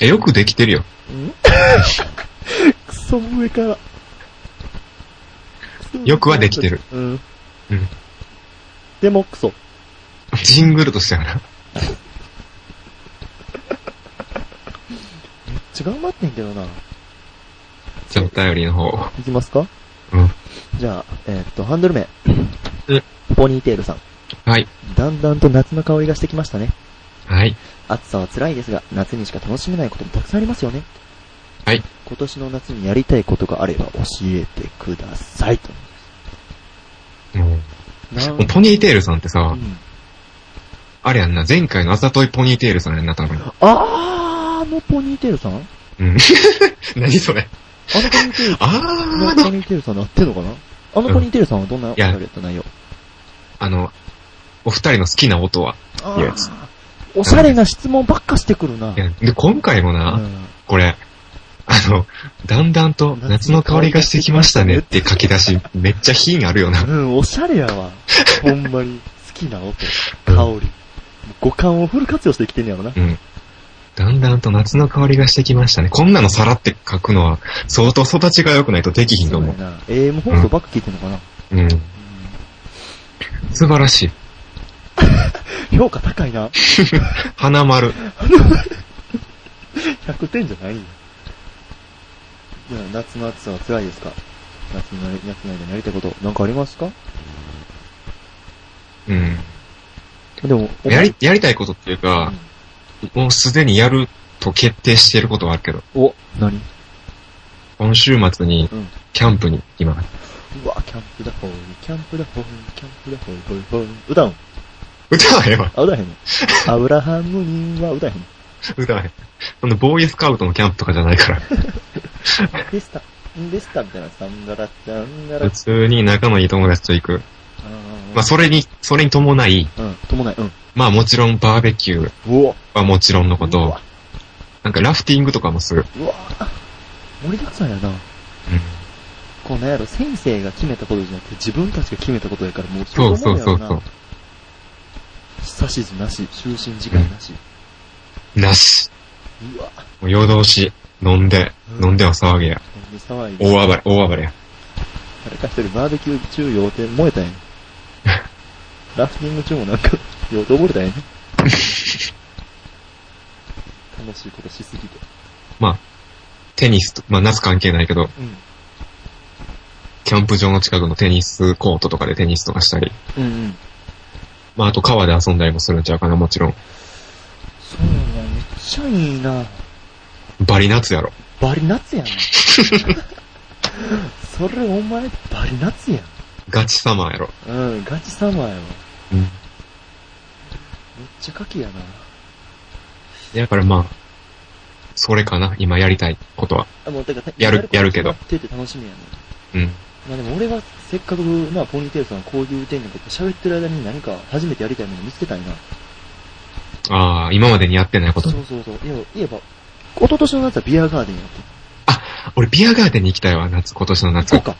A: え、よくできてるよ。
B: クソ上から。
A: よくはできてる。
B: うん。うん
A: うん。
B: でもクソ。
A: ジングルとしてはな。
B: 違う待ってんけどな。
A: じゃあお便りの方を。
B: いきますか
A: うん。
B: じゃあ、えーっと、ハンドル名
A: うん。
B: ポニーテールさん。
A: はい。
B: だんだんと夏の香りがしてきましたね。
A: はい。
B: 暑さは辛いですが、夏にしか楽しめないこともたくさんありますよね。
A: はい。
B: 今年の夏にやりたいことがあれば教えてくださいと。
A: も
B: な
A: う、ポニーテールさんってさ、
B: うん
A: あれやんな、前回のあざといポニーテールさんやんな、多分。
B: あー、あのポニーテールさんあの
A: うん。 何それ。
B: ポニーテール
A: あ
B: あの
A: ー
B: ポニーテールさんなってんのかなあのポニーテールさんはどんなお便りやった内容
A: あの、お二人の好きな音は。
B: あ
A: いや
B: ー、おしゃれな質問ばっかしてくるな。
A: いやで、今回もな、
B: うん
A: これ、あの、だんだんと夏の香りがしてきましたねって書き出し、めっちゃ品あるよな。
B: うん、おしゃれや わ。ほんまに。好きな音、香り。五感をフル活用してきてんねやろな。
A: うん。だんだんと夏の香りがしてきましたね。こんなのさらって書くのは、相当育ちが良くないとできひんと
B: そう
A: 思
B: や
A: う。
B: な。AM 放送ばっか聞いてんのかな、
A: うん。素晴らしい。
B: 評価高いな。
A: 花丸。
B: 100点じゃないよ。じゃあ、夏の暑さは辛いですか夏の、夏の間にやりたいこと、なんかありますか
A: うん。
B: でも、お前
A: やり、やりたいことっていうか、もうすでにやると決定していることはあるけど、
B: お、何
A: 今週末に
B: うん、
A: キャンプに、今、
B: うわ、キャンプだほー、キャンプだほー、キャンプだほー、ほー、ほー。歌うん
A: 歌はええわ。
B: あ、歌えへんの。アブラハム人は歌えへんの。
A: 打たない。あの、ボーイスカウトのキャンプとかじゃないから。
B: でした。んでしたみたいな。さんがらちゃんが
A: 普
B: ら
A: 通に仲のいい友達と行く。まあ、それに、それに伴い、
B: うん、伴い。うん。
A: まあもちろんバーベキュー
B: うわ。
A: はもちろんのこ
B: う
A: と
B: わ、。
A: なんかラフティングとかもする。
B: うわ盛りだくさんやな。こうなんやろ、先生が決めたことじゃなくて自分たちが決めたことやから、もう
A: そう
B: しょ
A: そうう
B: がないや
A: そ
B: ろ
A: う
B: な
A: そ
B: 指図なし、就寝時間なし。
A: う。なし。
B: うわ
A: もう夜通し、飲んで、
B: うん
A: 飲んでは騒げや。
B: なんで騒いで。
A: 大暴れ、大暴れや。
B: 誰か一人バーベキュー中要点燃え たんやん。ラフティング中もなんか、要点漏れた んやん。楽しいことしすぎて。
A: テニスと、まあ夏関係ないけど、
B: う
A: キャンプ場の近くのテニスコートとかでテニスとかしたり、
B: ん。うんうん。
A: まああと川で遊んだりもするんちゃうかな、もちろん。
B: そうなんや、めっちゃいいな。
A: バリ夏やろ。
B: バリ夏や な。それお前、バリ夏やん。
A: ガチサマーやろ。
B: うん、ガチサマーやわ。
A: うん。
B: めっちゃガキやな。
A: だからまあ、それかな、今やりたいことは。
B: あ、もうだから
A: やるやるけど
B: やってて楽しみやね。
A: うん。
B: まあでも俺はせっかくな、ポニーテールさんこういう点にとって喋ってる間に何か初めてやりたいもの見つけたいな。
A: ああ、今までにやってないこ
B: そ
A: と
B: う。そうそう。いや、言えば、一昨年の夏はビアガーデンや って。
A: 俺、ビアガーデンに行きたいわ、夏、今年の夏
B: 行。こうか。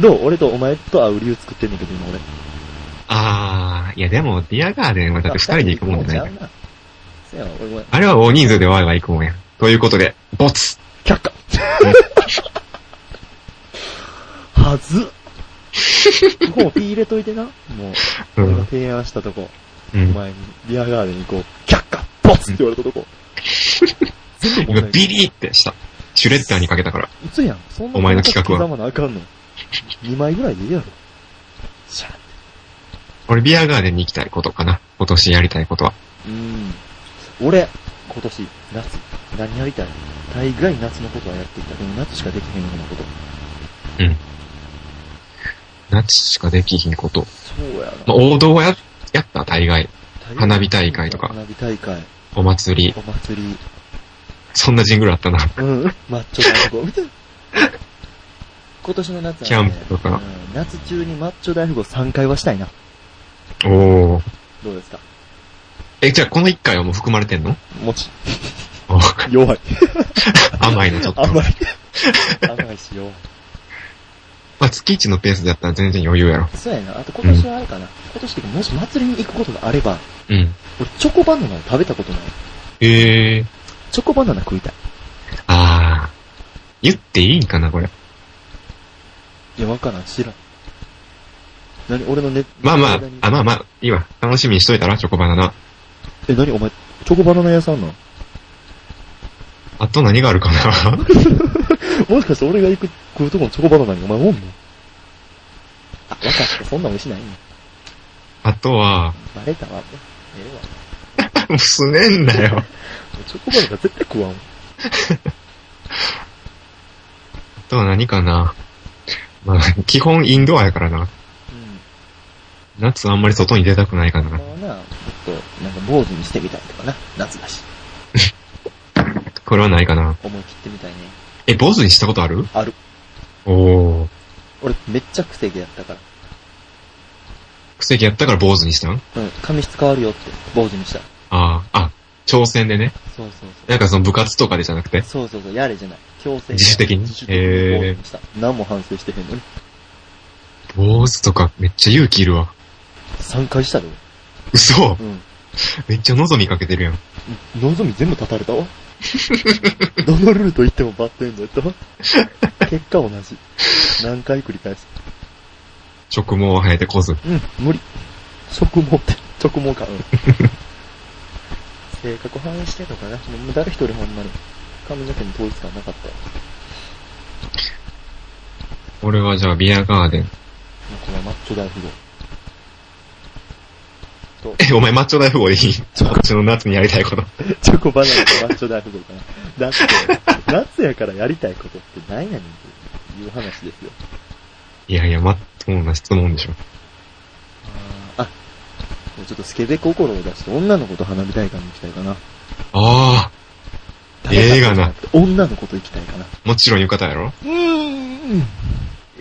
B: どう俺とお前と会う理由作ってんねんけど、今俺。
A: ああ、いやでも、ビアガーデンはだって二人で行くもん じゃない
B: あ。二人で行くもんちゃうな。せやわ、俺ごめん。
A: あれは大人数でワイワイ行くもんや。ということで、ボツ
B: 却下 はずここもピー入れといてな。もう、
A: う
B: 俺が
A: ん。
B: 提案したとこ、
A: う
B: お
A: ん。
B: 前にビアガーデンに行こう。却下ボツって言われたとこ。全部
A: 今
B: 問題、
A: ビリーってした。シュレッダーにかけたから。
B: いつやん。そんな
A: お前の企画は
B: 刻まなあかんの。2枚ぐらいでいいやろ。しゃ
A: 俺、ビアガーデンに行きたいことかな。今年やりたいことは。
B: うん。俺、今年、夏、何やりたい大概夏のことはやっていた。でも夏しかできへんようなこと。
A: 夏しかできひんこと。
B: そうや
A: まあ、王道はや、やった、大概。
B: な。
A: 花火大会とか
B: 花火大会、
A: お祭り。
B: お祭り、
A: そんなジングルあったな。
B: うん。マッチョ大富豪みたいな。 今年の夏は、ね、
A: キャンプとか
B: うん夏中にマッチョ大富豪3回はしたいな。
A: おー。
B: どうですか
A: え、じゃあこの一回はもう含まれてん の
B: もち。
A: お
B: 弱い。
A: 甘いのちょっと。
B: 甘い。甘いし弱い。
A: まあ、月一のペースだったら全然余裕やろ。
B: そうやな。あと今年はあれかな。今年っていうかもし祭りに行くことがあれば、
A: うん。
B: 俺チョコバナナ食べたことない。
A: へえ。
B: チョコバナナ食いたい。
A: あー。言っていいんかな、これ。
B: いや、わからん。知らん。何俺のね、
A: まあまあ
B: 何、
A: あ、まあまあ、いいわ。楽しみにしといたら、チョコバナナ。
B: え、何お前、チョコバナナ屋さんなの
A: あと何があるかな
B: もしかして俺が行く、食うとこのチョコバナナにお前おんのあ、わかった。そんな美味しないね。
A: あとは、
B: バレたわ。ええわ。
A: もうすねんなよ。
B: チョコバナナ絶対食わん。
A: あとは何かな。まあ、基本インドアやからな。
B: う
A: 夏あんまり外に出たくないか
B: ん。
A: な。
B: まあな、ちょっと、なんか坊主にしてみたいとかな。夏だし。
A: これはないかな。
B: 思い切ってみたいね。
A: え、坊主にしたことある
B: ある。
A: おー。
B: 俺、めっちゃ癖毛やったから。
A: 布石やったから坊主にしたん
B: うん。髪質変わるよって、坊主にした。
A: ああ、あ、挑戦でね。
B: そうそうそう。
A: なんかその部活とかでじゃなくて。
B: そうそうそう、やれじゃない。強制。
A: 自主的に
B: 自主的に
A: へー
B: 坊主にした。何も反省してへんのに。
A: 坊主とかめっちゃ勇気いるわ。
B: 3回したで、
A: 嘘
B: 俺。うん。
A: めっちゃ望みかけてるやん。
B: 望み全部立たれたわ。どのルート行ってもバッドエンドやった わ。結果同じ。何回繰り返す。
A: 直毛生えてこず。
B: うん、無理。直毛って、直毛か。うん。性格反映してんのかなもう誰一人ほんまに。髪の毛に統一感なかったわ。
A: 俺はじゃあビアガーデン。
B: もうこのマッチョ大富豪。
A: え、お前マッチョ大富豪でいいこっちの夏にやりたいこと。
B: チョコバナナとマッチョ大富豪かな。だって、夏やからやりたいことって何やねんっていう話ですよ。
A: いやいや、まっとうな質問でしょ。
B: あ、もうちょっとスケベ心を出して女の子と花火大会に行きたいかな。
A: あ映画な。
B: 女の子と行きたいかな。
A: あ、もちろん浴衣やろ
C: うーん。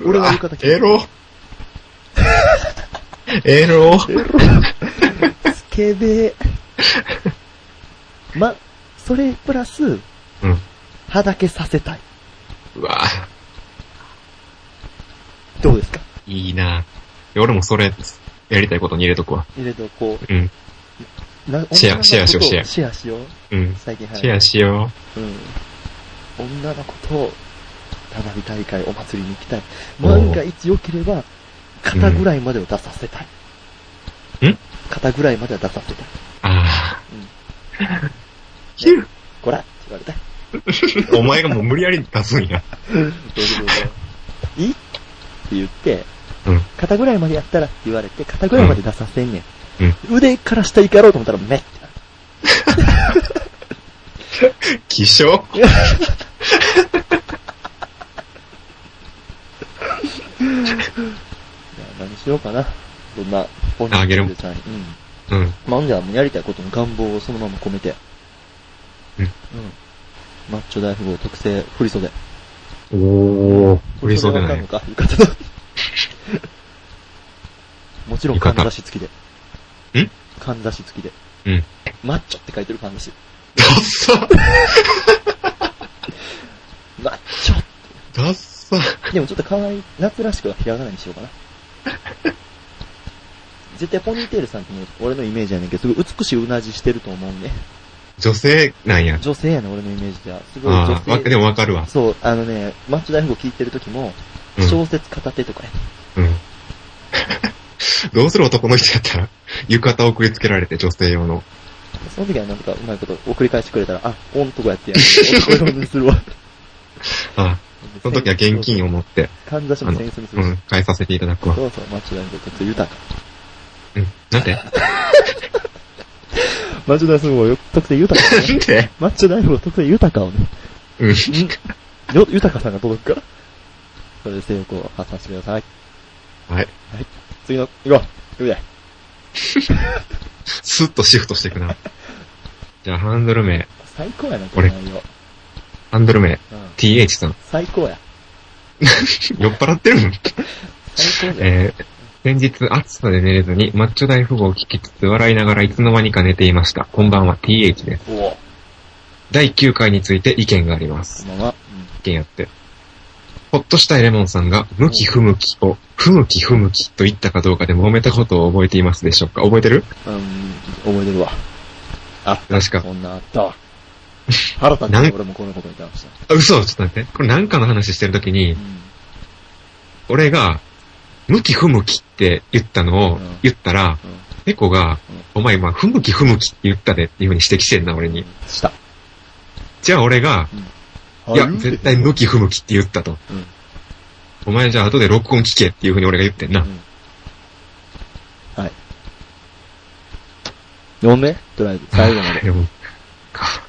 B: 俺は
A: うわ
B: 浴衣着てる
A: エロ エロ
B: スケベ。ま、それプラス、
A: うん。
B: 歯だけさせたい。
A: うわ
B: どうですか
A: いいな俺もそれ、やりたいことに入れとくわ。
B: 入れとこ
A: うん。
B: う。な
A: シェア
B: 女の子と
A: シェアしようシェア
B: シェアしよう。
A: うん。
B: 最近流行っ
A: シ
B: て
A: ェ
B: る
A: アしよ
B: うん。女の子と、花火大会、お祭りに行きたい。万が一良ければ、肩ぐらいまでは出させたい。
A: うん
B: 肩ぐらいまでは出させたい。
A: う。あ
B: うん
A: あ。いや
B: こらって言われたい。
A: お前がもう無理やり出すんや。
B: どういうこといいって言って、
A: うん
B: 肩ぐらいまでやったらって言われて、肩ぐらいまで出させんねん。腕から下行けやろうと思ったら、めっってなる
A: 気象
B: じゃあ何しようかな。どんな、本
A: あげる
B: デザイン。うん。
A: うん。
B: まあ、じゃあもうやりたいことの願望をそのまま込めて。
A: うん
B: マッチョ大富豪特製振り袖。
A: おー。振りそうで
B: わ
A: な
B: か
A: い
B: んの。か浴衣の。もちろん、かんざし付きで。
A: ん
B: かんざし付きで。
A: うん。
B: マッチョって書いてるかんざし。
A: ダッサ
B: マッチョ
A: ダッサ
B: でもちょっと可愛い、夏らしくはひらがなにしようかな。 絶対ポニーテールさんってね俺のイメージやねんけど、すごい美しいうなじしてると思うんね。
A: 女性なんや。
B: 女性やねん、俺のイメージでは。すごい女
A: ああ、わ
B: 性。
A: でもわかるわ。
B: そう、あのね、マッチョ大富豪聞いてる時も、
A: うん
B: 小説片手とかやね、
A: うん。 どうする男の人やったら、浴衣を送りつけられて、女性用の。
B: その時はなんかうまいこと送り返してくれたら、あ、男やってやる。男用にするわ。
A: あ その時は現金を持って、
B: かんざしもセンスにす
A: う
B: るし。
A: ん、変えさせていただくわ。
B: そうそう、マッチョ大富豪特徴豊か。
A: うん。なんで
B: マッチョ大富豪よ特性豊か、
A: な
B: ね
A: ん。で
B: マッチョ大富豪特性豊かをね、
A: うん。
B: よ、豊かさんが届くから。それで性欲を発散してください。
A: はい。
B: 次の、行こう。行くで。
A: スッとシフトしていくな。じゃあ、ハンドル名。
B: 最高やな、この内容。
A: ハンドル名。
B: うん。
A: TH さん。
B: 最高や。
A: 酔っ払ってるの
B: 最高じゃん。
A: えー、先日暑さで寝れずに、マッチョ大富豪を聞きつつ笑いながらいつの間にか寝ていました。こんばんは、TH です。
D: おぉ。
A: 第9回について意見がありま
B: こ
A: す
B: ん。ばんは。
A: 意見やって。ほっとしたいレモンさんが、向き不向きを、不向き不向きと言ったかどうかで揉めたことを覚えていますでしょうか覚えてる
B: うん。うん、覚えてるわ。あった。
A: 確か
B: こんなんあったわ。腹立っ
A: なん
B: て俺もこのことに関して。
A: あ嘘ちょっと待って。これなんかの話してるときに
B: う、ん。
A: 俺が、向き不向きって言ったの
B: う
A: を
B: ん
A: 言ったら、
B: うん
A: 猫が
B: うん、
A: お前今、不向き不向きって言ったでっていうふうに指摘してんな、俺に。
B: した。
A: じゃあ俺が、いや、絶対向き不向きって言ったと。
B: うん
A: お前じゃあ後で録音聞けっていうふうに俺が言ってんな。
B: 4目とりあえず、最後 まで。
A: でも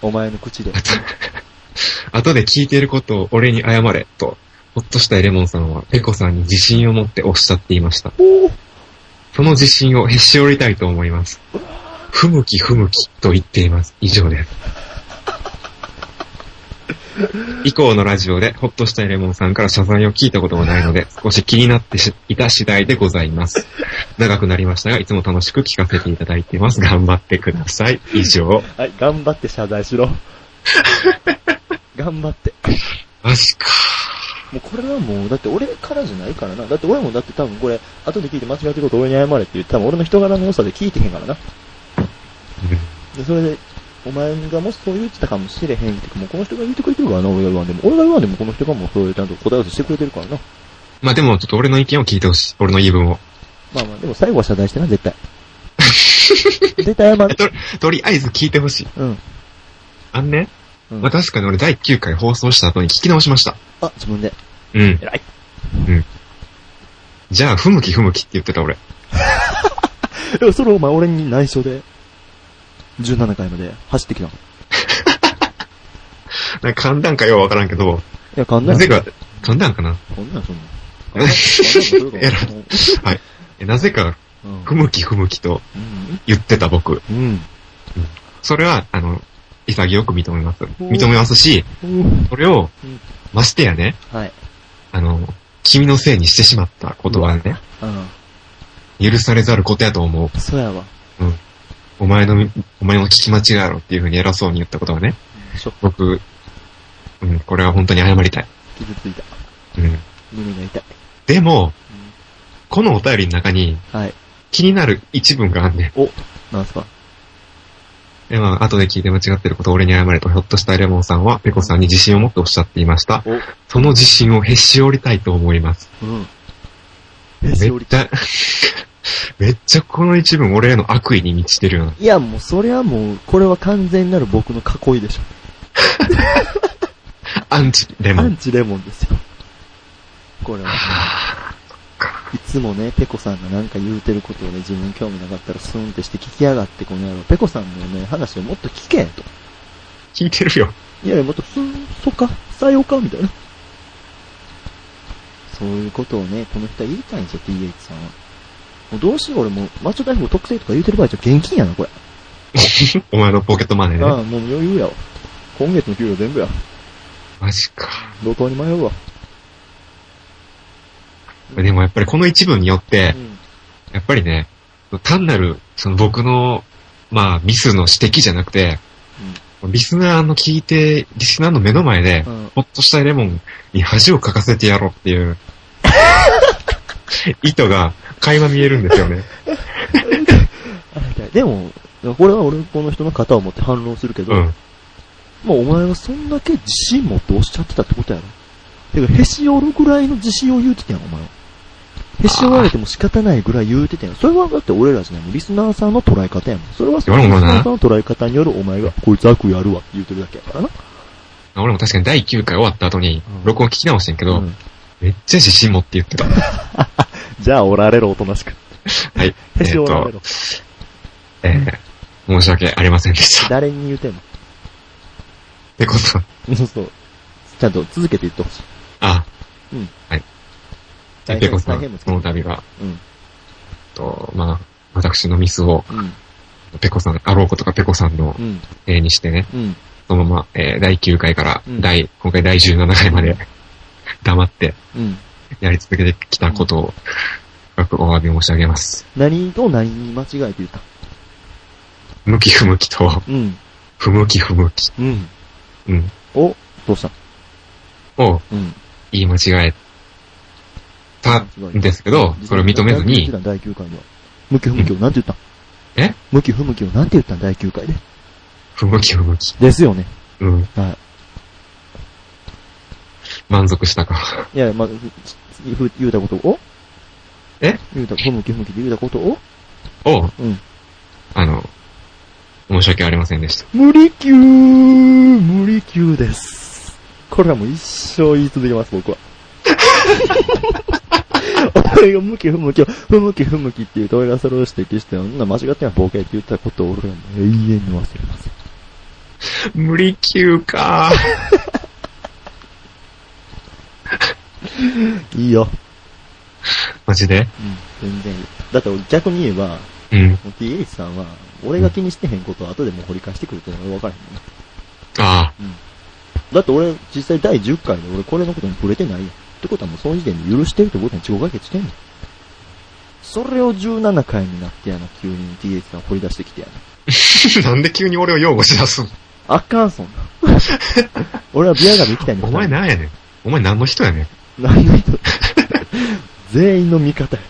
B: お前の口 で。
A: 後で聞いていることを俺に謝れと、ほっとしたエレモンさんはペコさんに自信を持っておっしゃっていました。
B: おー
A: その自信をへし折りたいと思います。不向き不向きと言っています。以上です。 以降のラジオで、ほっとしたエレモンさんから謝罪を聞いたことがないので、少し気になってしいた次第でございます。長くなりましたが、いつも楽しく聞かせていただいています。頑張ってください。以上。
B: はい、頑張って謝 罪しろ。頑張って。
A: マジか。
B: もうこれはもう、だって俺からじゃないからな。だって俺もだって多分これ、後で聞いて間違ってること俺に謝れって言って、多分俺の人柄の良さで聞いてへんからな。で、それで、お前がもしそう言ってたかもしれへんって、もうこの人が言ってくれてるからな、俺が言わんでも。俺が言わんでもこの人がもうそういうちゃんと答え合わせしてくれてるからな。
A: まあでも、ちょっと俺の意見を聞いてほしい。俺の言い分を。
B: まあまあ、でも最後は謝罪してな、絶対。絶対謝る。
A: と、とりあえず聞いてほしい。
B: うん。
A: あんね。
B: うん
A: まあ確かに俺第9回放送した後に聞き直しました。
B: あ、自分で。
A: うん。
B: 偉い。
A: うん。じゃあ、不向き不向きって言ってた俺。
B: でもそれお前俺に内緒で、17回まで走ってきたの。い
A: なんか寒暖かようわからんけど、
B: や、かんな。
A: ないぜか、寒暖かな
B: こんなんそんなん。
A: え
B: え
A: なぜか、
B: うん
A: 不向き不向きと
B: うん
A: 言ってた僕。
B: うん。
A: それは、あの、潔く認めます。認めますし、それを
B: うん、
A: ましてやね、
B: はい。
A: あの、君のせいにしてしまったことはね、
B: う
A: 許されざることやと思う。
B: ん。そうやわ。
A: お前の、お前の聞き間違いやろっていうふうに偉そうに言ったことはね、
B: ショック。
A: 僕、うん、これは本当に謝りたい。
B: 傷ついた。
A: うん。
B: 胸が痛い。
A: でも、このお便りの中に
B: はい。
A: 気になる一文があんねん。
B: なんすか
A: で、まあ、後で聞いて間違ってることを俺に謝れと、ひょっとしたレモンさんは、ペコさんに自信を持っておっしゃっていました。
B: お。
A: その自信をへし折りたいと思います。
B: うん。
A: め
B: へ
A: っ
B: し折り
A: ちゃ、 めっちゃこの一文俺への悪意に満ちてるよな。
B: いや、もう、それはもう、これは完全なる僕の囲いでしょ。
A: アンチレモ
B: ア
A: ン
B: ン。チレモンですよ。これは。いつもね、ペコさんがなんか言うてることをね、自分興味なかったらスンってして聞きやがって、この野郎。ペコさんのね、話をもっと聞けと。
A: 聞いてるよ。
B: いやいや、もっと、スン、そっか、採用か、みたいな。そういうことをね、この人は言いたいんですよ、TH さんは。もうどうしよう、俺もう、マッチョ大富豪特性とか言うてる場合じゃ現金やな、これ。
A: お前のポケットマネ
B: あ
A: ーね。
B: あ、もう余裕やわ。今月の給料全部や。
A: マジか。
B: 路頭に迷うわ。
A: でもやっぱりこの一文によって
B: う、ん。
A: やっぱりね、単なる、その僕の、まあ、ミスの指摘じゃなくて、リスナーの聞いて、リスナーの目の前で、
B: うん。
A: ほっとしたいレモンに恥をかかせてやろうって いう、意図が垣間見えるんですよね。
B: でも、これは俺、この人の型を持って反論するけど、
A: うん。
B: もうお前はそんだけ自信持っておっしゃってたってことやろ。てか、へし折るぐらいの自信を言うてたやん、お前は。へし折られても仕方ないぐらい言うてたやん。それはだって俺らじゃないもん。リスナーさんの捉え方やもん。それはそのリ
A: 俺
B: ス
A: もな
B: ナーさんの捉え方によるお前が、こいつ悪やるわって言うてるだけやからな。
A: 俺も確かに第9回終わった後に
B: うん、
A: 録音聞き直してんけど、
B: うん
A: めっちゃ自信持って言 ってた。
B: じゃあ、折られろ、おとなしく。
A: はい。
B: へし折られろ。
A: えー申し訳ありませんでした。っ
B: 誰に言うてんの
A: てことは、
B: そうそう。ちゃんと続けて言ってほしい。
A: あ、
B: うん。
A: はい。
B: 大
A: ペ
B: 変
A: コさ
B: 大変
A: ん、
B: です
A: この度は、
B: うん。
A: と、まあ、私のミスを、
B: うん。
A: ペコさん、あろうことかペコさんの
B: うん。
A: 例にしてね、
B: うん。
A: そのまま、えー第9回から、
B: うん
A: 第、今回第17回まで、 黙って
B: うん。
A: やり続けてきたことを、深くお詫び申し上げます。
B: 何と何に間違えて言った
A: 向き不向きと、
B: うん。
A: 不向き不向き、
B: うん。
A: うん、
B: お、どうした
A: を
B: うん。
A: 言い間違えたんですけど、それを認めず
B: 何て
A: に
B: 言、ったん第9回では。向き不向きをなんて言ったん
A: え
B: 向き不向きをなんて言ったん第9回で。
A: 不向き不向き、
B: ですよね。
A: うん、
B: は
A: 満足したか。
B: い。いや、まあ、ふふ言うたことを
A: え
B: 言うた、不向き不向きで言うたことを
A: を、
B: うん
A: あの、申し訳ありませんでした。
B: 無理級無理級です。これはもう一生言い続けます、 僕は。俺が向き不向きを、不向き不向きっていう俺がそれを指摘して、そんな間違ってないボケって言ったことを俺はもう永遠に忘れます。
A: 無理級か
B: いいよ。
A: マジで
B: 全然いい。だって俺逆に言えば、も
A: うん。
B: う TH さんは、俺が気にしてへんことを後でもう掘り返してくるっていうのが分からへんもんね。
A: ああ、
B: だって俺、実際第10回で俺これのことに触れてないよ。ってことはもうその時点で許してるってことに自己解決してんの。それを17回になってやな、急に TH さん掘り出してきてやな。
A: なんで急に俺を擁護し出すの
B: あかん、そん な。俺はビアガーで行きたいんだ
A: お前なんやねん。お前何の人やねん。
B: 何の人 全員の味方や。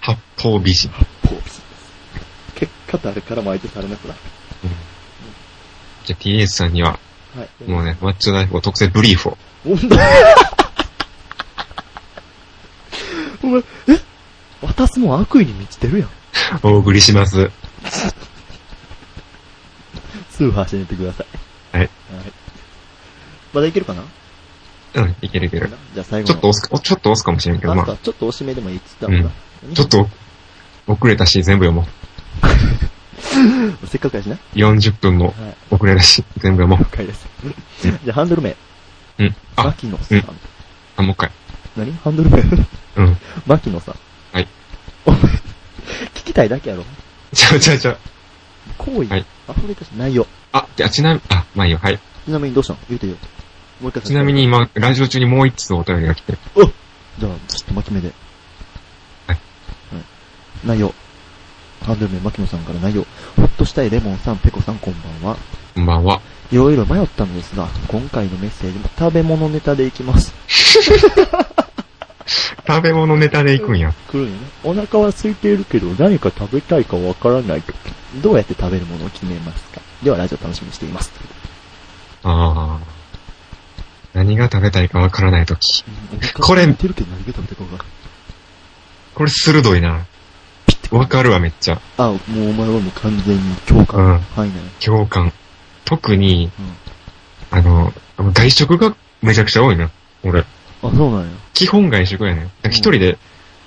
A: 八方美人。
B: ポーズ結果誰からも相手されなくなる。
A: じゃあ TS さんには、
B: はい。
A: もうね、マッチョ大富豪特製ブリーフを。
B: お前、 お前、え渡すもん悪意に満ちてるやん。
A: お送りします。
B: すぐ走ってください。
A: はい。
B: まだいけるかな
A: うん、いけるいける。
B: じゃあ最後
A: ちょ
B: の
A: っと押すか、ちょっと押すかもしれんけど、
B: あ
A: ま
B: な
A: あ
B: た、、ちょっとおしめでもいいって言った
A: ちょっと、遅れたし、全部読も
B: と。せっかくやしな。
A: う。40分も
B: はい。
A: 遅れたし、全部読もう
B: 了解です。じゃあハンドル名。。
A: うん。あ、
B: 牧野さん。
A: あ、もう一回。
B: 何ハンドル名
A: うん。
B: 牧野さん。
A: はい。
B: お前聞きたいだけやろ。
A: ちゃうちゃうちゃう。
B: 行為、
A: はい
B: 溢れ出した内容。
A: あ、いや、ちなみ、あ、まあいいよ、はい。
B: ちなみにどうしたの言うてよ。もう一回
A: ちなみに。今、ラジオ中にもう一つお便りが来てる。
B: じゃあ、ちょっとまとめで。
A: はい。
B: はい。内容。ハンドル名、牧野さんから内容。ほっとしたいレモンさん、ペコさん、こんばんは。
A: こんばんは。
B: いろいろ迷ったのですが、今回のメッセージも食べ物ネタでいきます。
A: 食べ物ネタで行くんや。
B: 来るんよね。お腹は空いているけど、何か食べたいかわからないとき、どうやって食べるものを決めますかでは、ラジオ楽しみにしています。
A: ああ。何が食べたいかわからないとき。これ
B: 空いてるけど何が食べたいかわからない。
A: これ鋭いな。わかるわ、めっちゃ。
B: あ、もうお前はもう完全に共感。
A: うん
B: はいなの。
A: 共感。特に、あの、外食がめちゃくちゃ多いな。俺。
B: あ、そうなんや。
A: 基本外食やねん。だから一人で、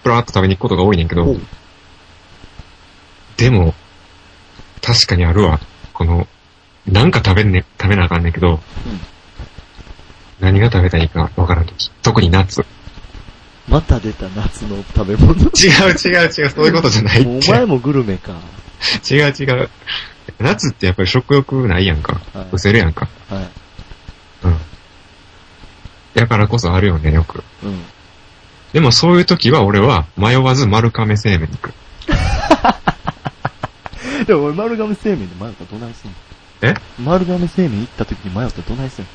A: プラーっと食べに行くことが多いねんけ
B: お
A: ど
B: う、
A: でも、確かにあるわ。この、なんか食べんね、食べなあかんねんけど、何が食べたいかわからんとき。特に夏。
B: また出た夏の食べ物。
A: 違う違う違う、そういうことじゃないっ
B: もうお
A: て。
B: 前もグルメか。
A: 違う違う。夏ってやっぱり食欲ないやんか。
B: はい
A: 失せるやんか。
B: はい。
A: うん。やからこそあるよね、よく。
B: うん。
A: でもそういう時は俺は迷わず丸亀製麺に行く。
B: でも俺丸亀製麺で迷ったらどないすんの
A: え
B: 丸亀製麺行った時に迷ったらどないすんの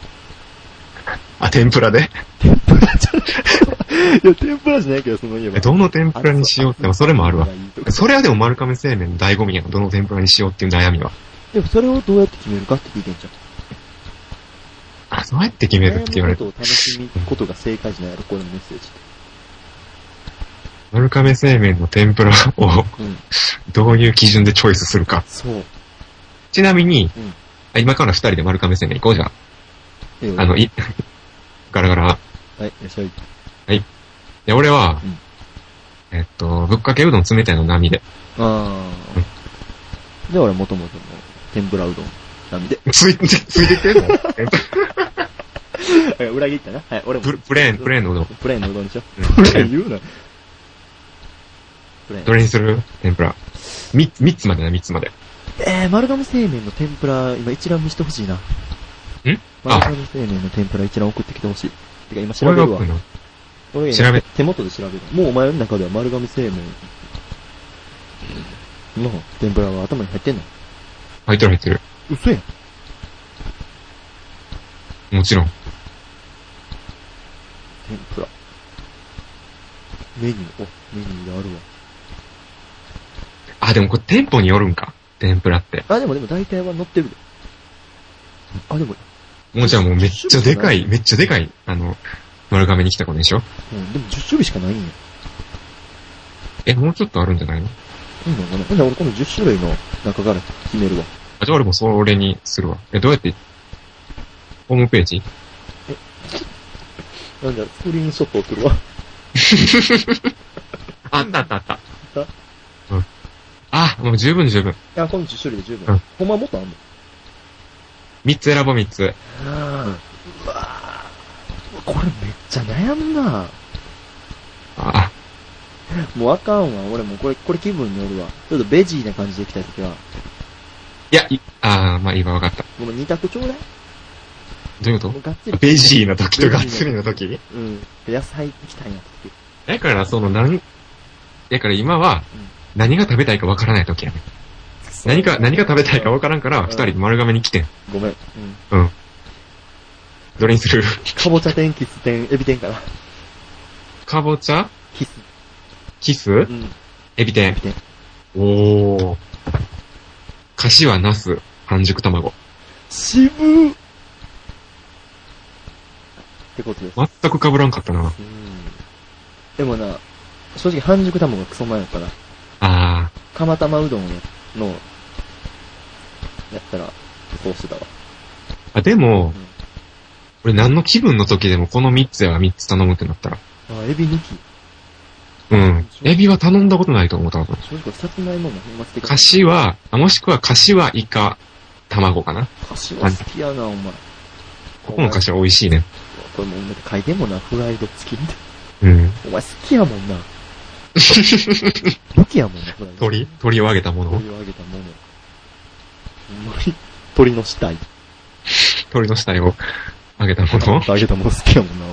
A: あ、天ぷらで
B: 天ぷらじゃない。いや、天ぷらじゃないけど、その家は。
A: えどの天ぷらにしようって、それもあるわ。それはでも丸亀製麺の醍醐味やん。どの天ぷらにしようっていう悩みは。
B: でもそれをどうやって決めるかって聞いてんじゃん。
A: あ、そうやって決めるって言われ
B: 悩
A: る。
B: むことを楽しむことが正解じゃないやろ、このメッセージっ
A: 丸亀製麺の天ぷらを
B: て。うん。
A: どういう基準でチョイスするか。
B: そう。
A: ちなみに
B: うん、
A: あ今から二人で丸亀製麺行こうじゃん。
B: ええ
A: あの、、い、 ガラガラ。
B: はい、いらっしゃい。
A: で、俺は
B: うん、
A: えっと、ぶっかけうどん冷たいの波で。
B: あー。で、俺もともとの天ぷらうどん。なんで。
A: ついて、ついてきてんの え
B: あ裏切ったな。はい、俺も。
A: ププレーン、プレーンのうどん。
B: プレーンのうどんでしょ。
A: うん
B: プレー ン言うな。プレ
A: ど
B: ーン。
A: れにする天ぷら。三つ、三つまでな、三つまで。
B: えー、丸亀製麺の天ぷら、今一覧見してほしいな。ん丸亀製麺の天ぷら一覧送ってきてほしい。てか今調
A: 俺
B: べ
A: が
B: る
A: 食
B: わ
A: う。の。
B: 俺
A: 調べ
B: 手元で調べる。もうお前の中では丸亀製麺の天ぷらは頭に入ってんの
A: 入ってる入ってる。
B: 嘘やん。
A: もちろん。
B: 天ぷら。メニュー、お、メニューがあるわ。
A: あ、でもこれ店舗によるんか。天ぷらって。
B: あ、でもでも大体は乗ってるで。あ、でも、
A: もうじゃあもうめっちゃでかい、めっちゃでかい、あの、丸亀に来た子でしょ
B: うん、でも10種類しかないんや。
A: え、もうちょっとあるんじゃないの
B: いいのかなほんで俺この10種類の中から決めるわ。
A: あ、じゃあ俺もそれにするわ。え、どうやって、ホームページ
B: なんだ、スクリーンショット送 るわ。
A: あったあったあった
B: あっ。
A: うん。あ、もう十分十分。
B: あ、この10種類で十
A: う
B: 分
A: ん。
B: ほんまはもっとあんの
A: 三つ選ぼう三つ。
B: あーうわーこれめっちゃ悩むな
A: あ、
B: もうあかんわ、俺もうこれ、これ気分によるわ。ちょっとベジーな感じで行きたいときは、
A: いや、いあー、まあ今わかった。
B: ごめん、二択ちょうだい
A: どういうこ
B: もうがっつ
A: と
B: り。
A: ベジーの時と
B: ベジーの
A: ガッツリの時
B: うん。野菜行きたいなって時。
A: だからその何、だから今は
B: うん、
A: 何が食べたいかわからない時やね。何か、何が食べたいかわからんから、
B: うん
A: 二人で丸亀に来てん。
B: ごめん。うん。
A: どれにする
B: かぼちゃ天、キス天、エビ天かな。
A: かぼちゃ
B: キス。
A: キス
B: うん。
A: エビ天
B: ビ天。
A: おー。かしはなす、半熟卵。
B: 渋ーってことです。
A: 全く被らんかったな。
B: うん。でもな、正直半熟卵がクソ前やから、
A: あ
B: 釜玉うどんをやの、やったら、そうしてたわ。
A: ー。あ、でも
B: うん、
A: 俺何の気分の時でもこの三つや三つ頼むってなったら。
B: あ、エビ抜き。
A: うん。エビは頼んだことないと思う、多分。
B: 正直、さつまいももほんま好き
A: かしは、あもしくはかしはイカ、卵かな。
B: かしは好きやな、お前。
A: ここのかしは美味しいね。
B: これもう、書いてんもんな、フライド付きみたい
A: うん。
B: な。お前好きやもんな。武器やもんな、これ。
A: 鳥鳥をあげたものを
B: 鳥をあげたもの。ほんまに鳥の死体。
A: 鳥の死体をあげたものを
B: あげたもの好きやもんな、お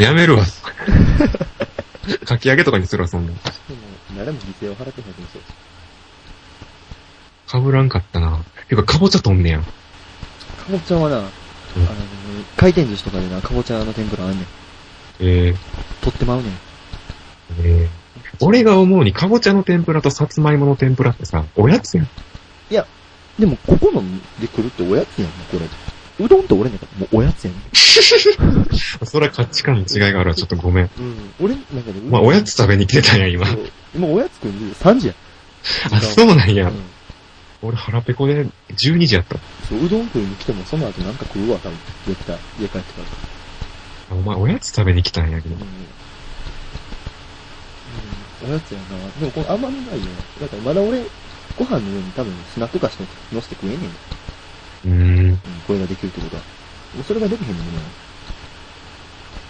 B: 前。
A: やめるわ。かき揚げとかにするわ、そんな。
B: でも、誰も犠牲を払ってへんけど、そう
A: かぶらんかったな。てか、かぼちゃ飛んねやん。
B: かぼちゃはな、あの、回転寿司とかでな、かぼちゃの天ぷらあんねん。
A: えー、
B: 取ってまうねん。
A: えー俺が思うに、かぼちゃの天ぷらとさつまいもの天ぷらってさ、おやつやん。
B: でも、ここので来るっておやつやん、これ。うどんと俺なんかもうおやつやん。
A: それは価値観の違いがあるわ、ちょっとごめん。
B: うん。俺なんかで、
A: まあ、おやつ食べに来てたんや、今。
B: そう今おやつくんで3時や。
A: あ、そうなんや
B: う。ん
A: 俺腹ペコで12時やった。
B: そう、うどん食いに来てもその後なんか食うわ、多分。絶対。家帰ってから。
A: お前、おやつ食べに来たんやけど。
B: うん。うん、おやつやな。でもこの甘みないよ。だからまだ俺、ご飯の上に多分砂とかして乗せて食えねえねん。
A: うーん。
B: うん、これができるってことは。もうそれができへんのよ。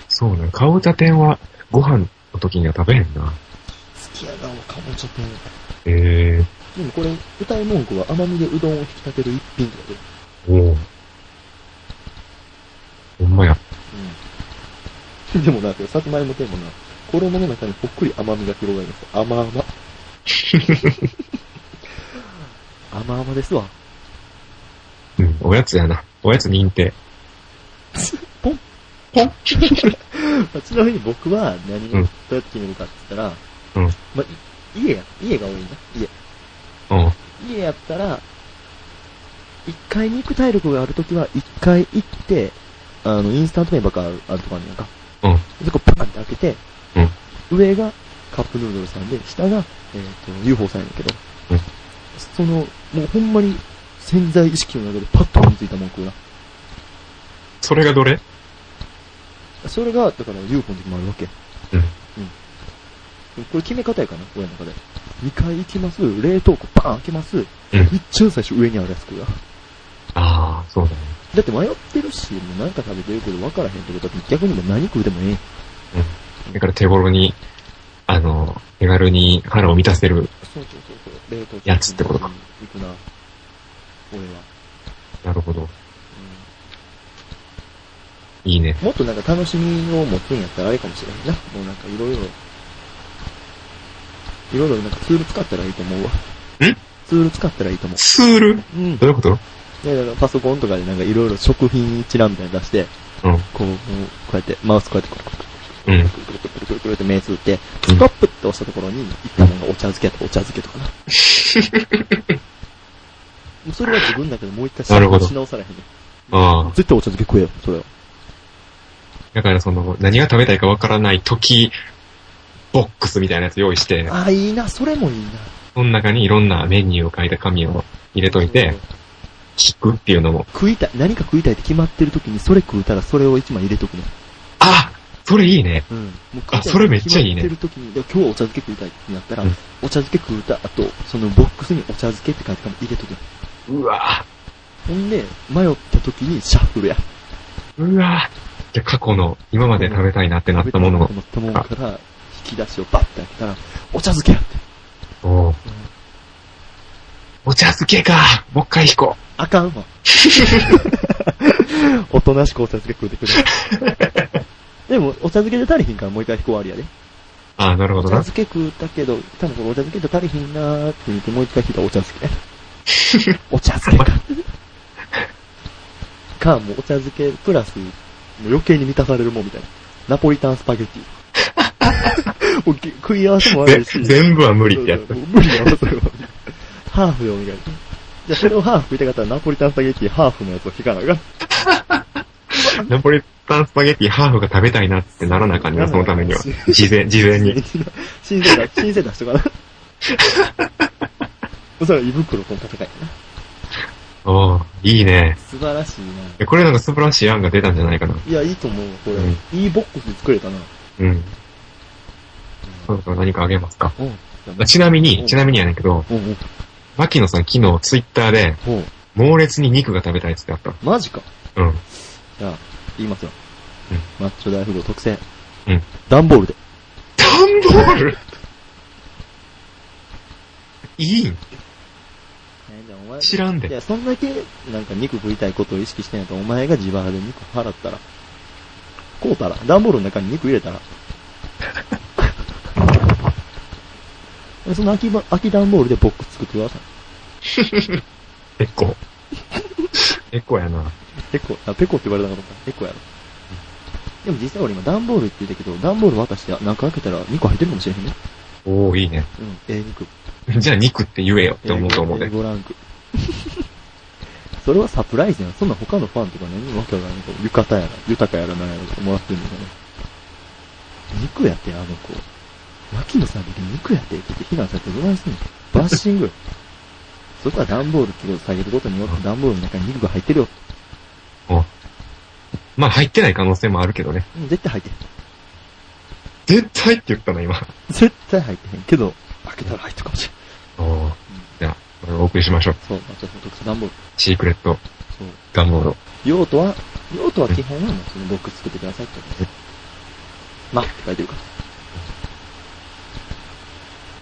A: そうなん。かぼちゃ天は、ご飯の時には食べへんな。
B: 好きやな、俺かぼちゃ天。
A: ええ
B: でもこれ、歌い文句は甘みでうどんを引き立てる一品ってことで。
A: おお。ほんまや。
B: うん。でもな、さつまいも天もな、衣の中にぽっくり甘みが広がります。甘々。甘々 ですわ。
A: うん、おやつやな。おやつ認定。
B: まあちなみに僕は何
A: う
B: を
A: ん
B: どうやって決めるかって言ったら、
A: うん
B: まあ、い家や、家が多いんだ。
A: うん。
B: 家。家やったら、一階に行く体力があるときは、一階行って、あの、インスタント麺ばっかあるあるとこあるやんか。
A: うん
B: そこパンって開けて、上がカップヌードルさんで、下が、えっ、と、UFO さんやねんけど、
A: うん
B: その、もうほんまに潜在意識の中でパッと思いついたもん食うな。
A: それがどれ
B: それが、だから UFO の時もあるわけ。
A: うん
B: うん。これ決め方やかな、親の中で。2階行きます、冷凍庫バーン開けます、一応最初上にあるやつ食うわ
A: ああ、そうだね。
B: だって迷ってるし、もう何か食べてるけど分からへんってことは逆にもう何食うでもええ。
A: だから手頃に、あの、手軽に腹を満たせる。
B: そうそうそうそう、冷凍庫。
A: やつってことか。
B: 行くな。俺は。
A: なるほど。いいね。
B: うんもっとなんか楽しみを持ってんやったらあれかもしれんな。もうなんかいろいろ、いろいろなんかツール使ったらいいと思うわ。
A: ん
B: ツール使ったらいいと思う。
A: ツール
B: うん。
A: どういうこと
B: いやだからパソコンとかでなんかいろいろ食品一覧みたいなの出して、
A: うん
B: こう、こうやって、マウスこうやって、
A: うん。
B: くるくるくるくるくるくるって目つぶって、
A: うん
B: ストップって押したところに、一旦なんかお茶漬けとかお茶漬けとかな。もうそれは自分だけどもう一回し
A: なるほど
B: し直されへんね
A: ああ。
B: 絶対お茶漬け食えよ、それは。
A: だからその、何が食べたいかわからない時、ボックスみたいなやつ用意して、
B: ああ、いいな、それもいいな。
A: その中にいろんなメニューを書いた紙を入れといて、聞くっていうのも。
B: 食いたい、何か食いたいって決まってる時にそれ食うたらそれを一枚入れとくね。
A: あそれいいね。
B: うん。もう
A: あそれめっちゃいいね
B: 決まってる時に、で今日はお茶漬け食いたいってなったら、
A: うん
B: お茶漬け食うた後、そのボックスにお茶漬けって書いてから入れとくね。
A: うわ
B: ほんで、迷った時にシャッフルや。
A: うわじゃあ過去の、今まで食べたいなってなったものを
B: 持ったものから、引き出しをバッて開けたら、お茶漬けやって。
A: おうお茶漬けかもう一回引 こ
B: あかんわ。おとなしくお茶漬け食うてくれ。でも、お茶漬けで足りひんからもう一回飛行ありやで。
A: う。ああ、なるほ
B: お
A: ど
B: 茶
A: な。
B: 漬け食うたけど、多分これお茶漬けで足りひんなーって言ってもう一回引いたらお茶漬け。お茶漬 けか。か、もうお茶漬けプラス、もう余計に満たされるもんみたいな。ナポリタンスパゲ ティ。もう食い合わせも悪いし。
A: 全部は無理ってやつ
B: そう。そう無理やろ、それは。ハーフでお願い。じゃあ、それをハーフ食いたかったら、ナポリタンスパゲッティハーフのやつを引かなあかん。
A: ナポリタンスパゲッティハーフが食べたいなってならなあかんねそのために は。事前、事前に。
B: 新鮮だ、新鮮出しとかな。もうそれは胃袋との戦いやな。
A: おーいいね。
B: 素晴らしい
A: えこれなんか素晴らしい案が出たんじゃないかな。
B: な。いや、いいと思うわ、これ。
A: うん
B: いいボックスで作れたな。
A: うん。そうそう何かあげますか。
B: うん。
A: あちなみ
B: うん
A: に、ちなみにやねんけど、
B: うんうん。
A: 牧野さん昨日ツイッターで、
B: ほう。
A: 猛烈に肉が食べたいっつってあった。
B: マジか。
A: うん。
B: じゃあ、言いますよ。
A: うん
B: マッチョ大富豪特製。
A: うん。
B: 段ボールで。
A: 段ボール いいん
B: なんだお前
A: 知らん
B: い
A: で。
B: や、そんだけ、なんか肉食いたいことを意識してんやったら、お前が自腹で肉払ったら、こうたら、段ボールの中に肉入れ たら。その空きば、空き段ボールでボックス作ってください。
A: エ コ。エコやな。
B: ペコ、あ、ペコって言われたのかと思った。ペコやろ。でも実際俺今段ボールって言ったけど、段ボール渡して中開けたら2個入ってるかもしれへんね。
A: おー、いいね。
B: うん、ええ肉。
A: じゃあ肉って言えよって思うと思うで。
B: 5ランク。 それはサプライズやん。そんな他のファンとか何もわけわからんけど、浴衣やら、豊かやらなんやらとかもらってんのかな。肉やって、あの子。脇野さんだけ肉やってって言って非難されてどないすんのバッシングよ。そこは段ボール切りを下げることによって段ボールの中に肉が入ってるよ。
A: まあ入ってない可能性もあるけどね。
B: うん、絶対入ってへん。
A: 絶対って言ったの今。
B: 絶対入ってへんけど、開けたら入ってるかもしれん。
A: おー。じゃあ、これをお送りしましょう。
B: そう、まあ、ちょっと特殊段ボール。
A: シークレット
B: そう。
A: ガンボード。
B: 用途は、用途は基本はもうそのボックス作ってくださいってことです。まあ、って書いてるか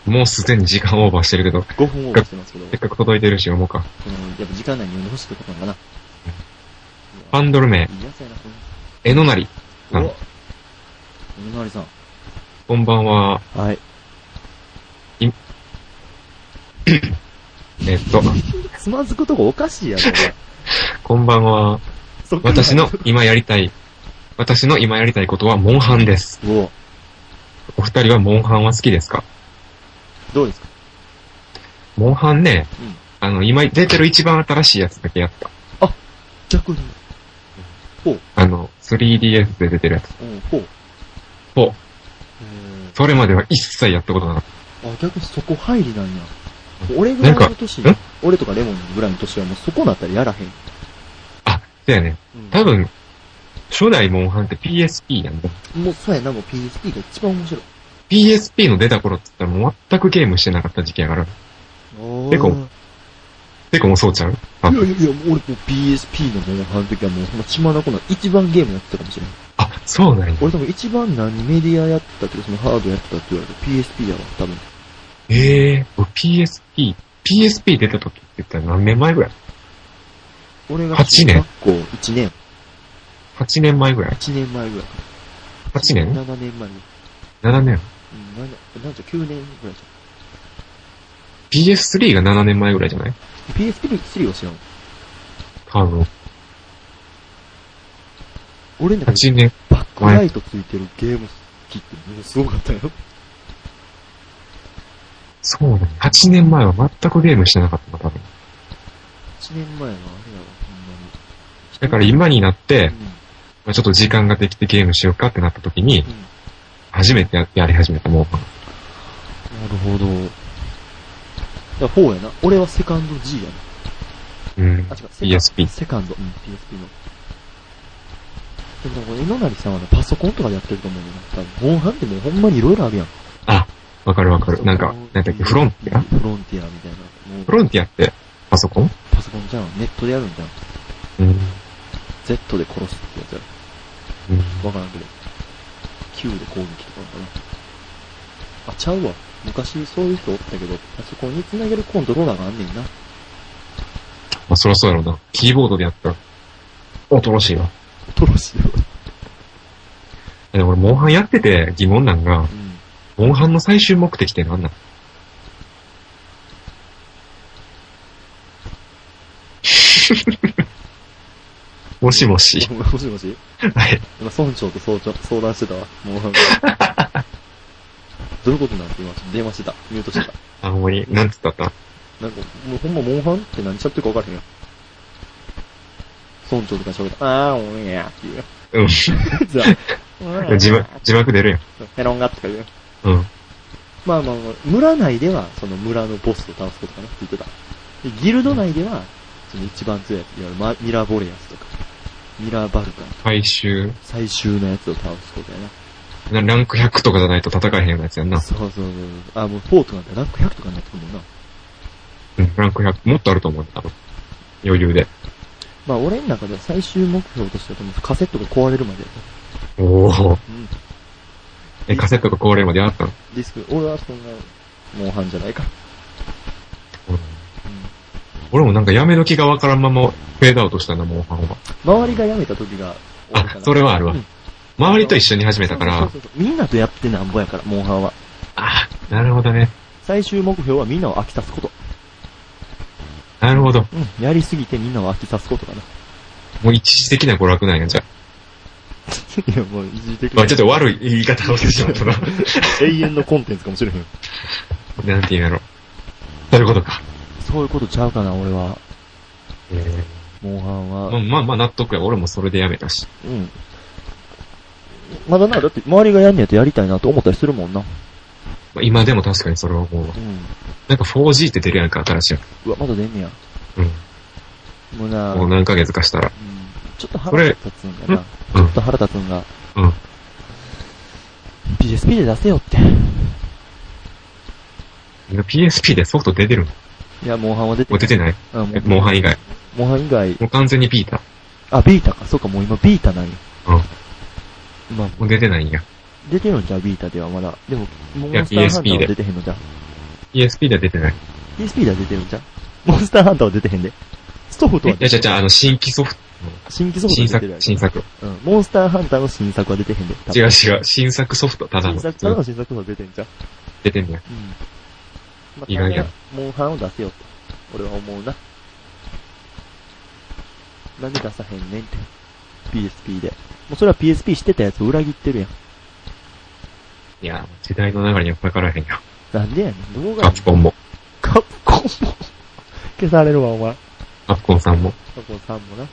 B: ら。
A: もうすでに時間オーバーしてるけど、
B: 5分オーバーしてますけど、
A: せっかく届いてるし読もうか。
B: そのやっぱ時間内に読んでほしいってことなんかな。
A: ハンドル名、
B: いいやつやな、こ
A: えのなり。
B: れ。
A: うん
B: おおみのりさん。
A: こんばんは。
B: はい。
A: えっと、
B: つまずくとこおかしいやろ、お前
A: こんばんは。
B: そっか ら
A: 私の今やりたい、私の今やりたいことはモンハンです。
B: お
A: お二人はモンハンは好きですか
B: どうですか
A: モンハンね、
B: うん
A: あの、今出てる一番新しいやつだけやった。
B: 逆に。
A: あの、3DS で出てるやつ。
B: うん、ほう。
A: ほ
B: え
A: それまでは一切やったことなかっ
B: ーあ、逆にそこ入りなんや。俺ぐらいの年
A: なんかん、
B: 俺とかレモンぐらいの年はもうそこなったらやらへん。
A: た。あ、だよね。多分、初代モンハンって PSP やんね。
B: もうそうやな、もう PSP が一番面白い。
A: PSP の出た頃って言ったらもう全くゲームしてなかった時期やから。ペコ
B: い
A: てかもうそうちゃうあ
B: やいやいや、俺もう PSP のね、あの時はもうほんま血まなこの一番ゲームやってたかもしれん。
A: あ、そうなんや。
B: 俺多分一番何メディアやってたっていうかそのハードやってたって言われたら PSP やわ、多分。
A: ええ俺 PSP、PSP 出た時って言ったら何年前ぐらい
B: 俺が
A: 八年
B: 中学校1年、
A: ?8 年前ぐらい
B: 1年前ぐらい。
A: ?8 年
B: ?7 年前に。
A: ?7 年
B: うん、7なんと9年ぐらいじ
A: ?PS3 が7年前ぐらいじゃない
B: ゃん。PSP3 は知らん。
A: 多分。
B: 俺なんか
A: 8年。
B: バックライトついてるゲーム機ってものすごかったよ。
A: そうだね。8年前は全くゲームしてなかったな、多分。
B: 1年前はあれやわ、ほんまに。
A: だから今になって、
B: う
A: まあちょっと時間ができてゲームしようかってなった時に
B: ん。う、ん
A: 初めてややり始めたもう。
B: なるほど。だから4やな。俺はセカンド G や
A: うん
B: な。あ、。違う。セカン
A: PSP。
B: セカンド。うん、PSP の。でもなんか、えのなりさんはね、パソコンとかでやってると思うよな。多分、モンハンってね、ほんまにいろいろあるやん。
A: あ、わかるわか
B: パ
A: る。
B: ソコン
A: なんか、なんだっけ、フロンティア
B: フロンティアみたいな。もう
A: フロンティアって、パソコン
B: パソコンじゃん。ネットでやるんじゃん。
A: うん。うん
B: Z で殺すってやつやろ。わからんけど。Q で攻撃とかなのかな。あ、ちゃうわ。昔そういう人おったけど、パソコンに繋げるコントローラーがあんねんな。
A: まあそろそうやろうな。キーボードでやったら、恐ろしいわ。
B: 恐ろしいよ。
A: えでも俺、モンハンやってて疑問なんが、
B: うん。
A: モンハンの最終目的って 何なの もしもし。
B: もしもし
A: はい。
B: 今、村長と総長相談してたわ。もう、どういうことなんて今、電話してた。ミュートしてた。
A: あんまり、なんつったった
B: なんか、もうほんま、モンハンって何しちゃってるか分からへんよ。村長とか喋った。あー、おんやって言うよ。
A: うん。
B: じゃあ、
A: 字幕、字幕出るやん。
B: ヘロンガとか言うよ。
A: うん。
B: まあまあまあ、村内では、その村のボスを倒すことかなって言ってた。で、ギルド内では、その一番強いやつ、いわゆるマミラボレアスとか、ミラバルカン、
A: 最終、
B: 最終のやつを倒すことやな。
A: なランク100とかじゃないと戦えへんようなやつやんな。
B: そうそうそうそう。あ、もうフォートなんてランク100とかになってくるもんな。
A: うん、ランク100、もっとあると思うんだ。余裕で。
B: まあ俺の中では最終目標としては多分カセットが壊れるまでやった。
A: おお。
B: うん。
A: え、カセットが壊れるまでやったの
B: ディスク、俺はそんな、モンハンじゃないから。
A: 俺もなんかやめの気がわからんままフェードアウトしたな、モンハンは。
B: 周りが辞めた時が多いか
A: あ、
B: な
A: それはあるわ
B: うん。
A: 周りと一緒に始めたか
B: そう
A: ら
B: そ、うそうみんなとやってなんぼやから、モンハンは。
A: あ、なるほどね。
B: 最終目標はみんなを飽きさすこと。
A: なるほど。
B: うん。やりすぎてみんなを飽きさすこと かな。
A: もう一時的な娯楽なんや、じゃあ。
B: いや、もう一時的
A: まあ
B: に
A: ちょっと悪い言い方をしてしまったな。
B: 永遠のコンテンツかもしれへん。
A: なんていうんやろ。そういうことか。
B: そういうことちゃうかな、俺は。
A: えー
B: モンハンは。
A: まあまあまあ納得や。俺もそれでやめたし。
B: うん。まだな、だって周りがやんねやとやりたいなと思ったりするもんな。
A: まあ今でも確かにそれは思うわ
B: う。ん。
A: なんか 4G って出るやんか、新しいや
B: うわ、まだ出んねや。
A: つ。
B: もうな、
A: うん。もう
B: うん
A: 何ヶ月かしたら。
B: ちょっと腹立つんがな。ち
A: れうん
B: ょっと腹立つんが。
A: うん。
B: PSP で出せよって。
A: 今 PSP でソフト出てるの
B: いや、モンハンは出て
A: もう出てない
B: あ
A: えモンハン以外。
B: モンハン以外。
A: もう完全にビータ。
B: あ、ビータか。そうか、もう今ビータなんや。うん。まあ、
A: もう出てないんや。
B: 出てるんじゃうビータではまだ。でも、モ
A: や
B: ンスターハンタ
A: PSP
B: ー
A: で
B: は出てへんのじゃう。
A: PSP では出てない。
B: PSP では出てるんじゃう。モンスターハンターは出てへんで。ストフ
A: い
B: とは
A: や、
B: 出
A: じ
B: て
A: ゃじゃあの、新規ソフ
B: 新規ソ
A: ト、
B: フ
A: 新
B: ト出て
A: 作
B: るや、ん。
A: 新作。
B: うん。モンスターハンターの新作は出てへんで。多分
A: 違う違う、新作ソフト、ただ
B: 新
A: の。
B: 作からの新作の出てんじゃん。
A: 出てんねや。
B: うん。まあ
A: 意外や。
B: モンハンを出せよって、俺は思うな。なんで出さへんねんって。PSP で。もうそれは PSP してたやつを裏切ってるやん。
A: いや、時代の流れには分からへんよ。
B: なんでやねん。どこ
A: カ
B: がやねん
A: プコンも、
B: カプコンも。消されるわ、お前。
A: カプコンさんも。
B: カプコンさんもな。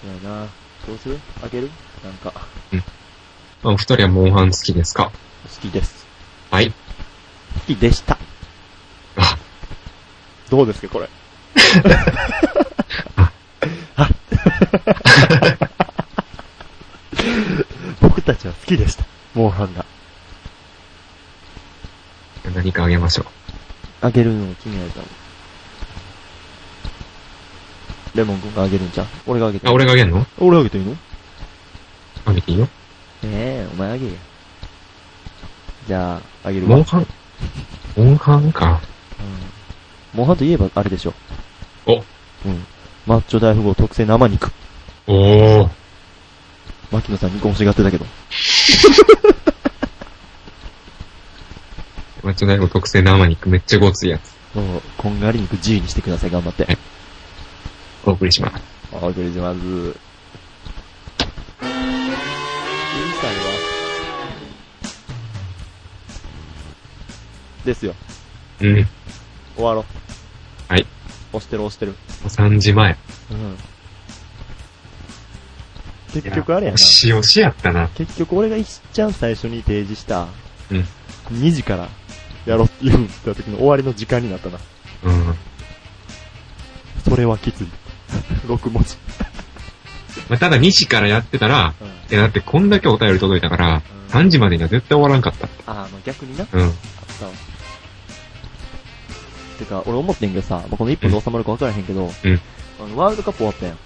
B: そうやな。どうするあげるなんか、好
A: まあ、お二人はモンハン好きですか
B: きです。
A: はい。
B: 好きでした。
A: あ、
B: どうですか、こ れ。僕たちは好きでした。モンハンが。
A: 何かあげましょう。
B: あげるのを君やったもんレモン君があげるんじゃん俺があげて
A: あ、俺があげんの
B: 俺あげていいの
A: あげていいよ。
B: ええお前あげや。じゃあ、あげるわ。
A: モンハンモンハンか。
B: うんモンハンといえばあれでしょ。
A: お
B: うん。マッチョ大富豪特製生肉。
A: おー。
B: 牧野さん2個欲しがってたけど。
A: マッチョ大悟特製生肉めっちゃごついやつ。
B: そう、こんがり肉 G にしてください、頑張って。
A: お送りします。
B: お送りします。うるさいわ。ですよ。
A: うん。も
B: 終わろう。
A: はい。
B: 押してる押してる。
A: う3時前。
B: うん。結局あれやな。
A: しおしやったな。
B: 結局俺が一ちゃん最初に提示した、
A: うん
B: 2時からやろうって言うんだった時の終わりの時間になったな。
A: うん。
B: それはきつい。6文字。
A: まあ、ただ2時からやってたら、
B: うん。
A: いやだってこんだけお便り届いたから、3時までには絶対終わらんかった。
B: ああ、まあ逆にな。
A: うん。
B: あったわてか、俺思ってんけどさ、まあこの1分で収まるか分からへんけど、
A: うん
B: あのワールドカップ終わったやん。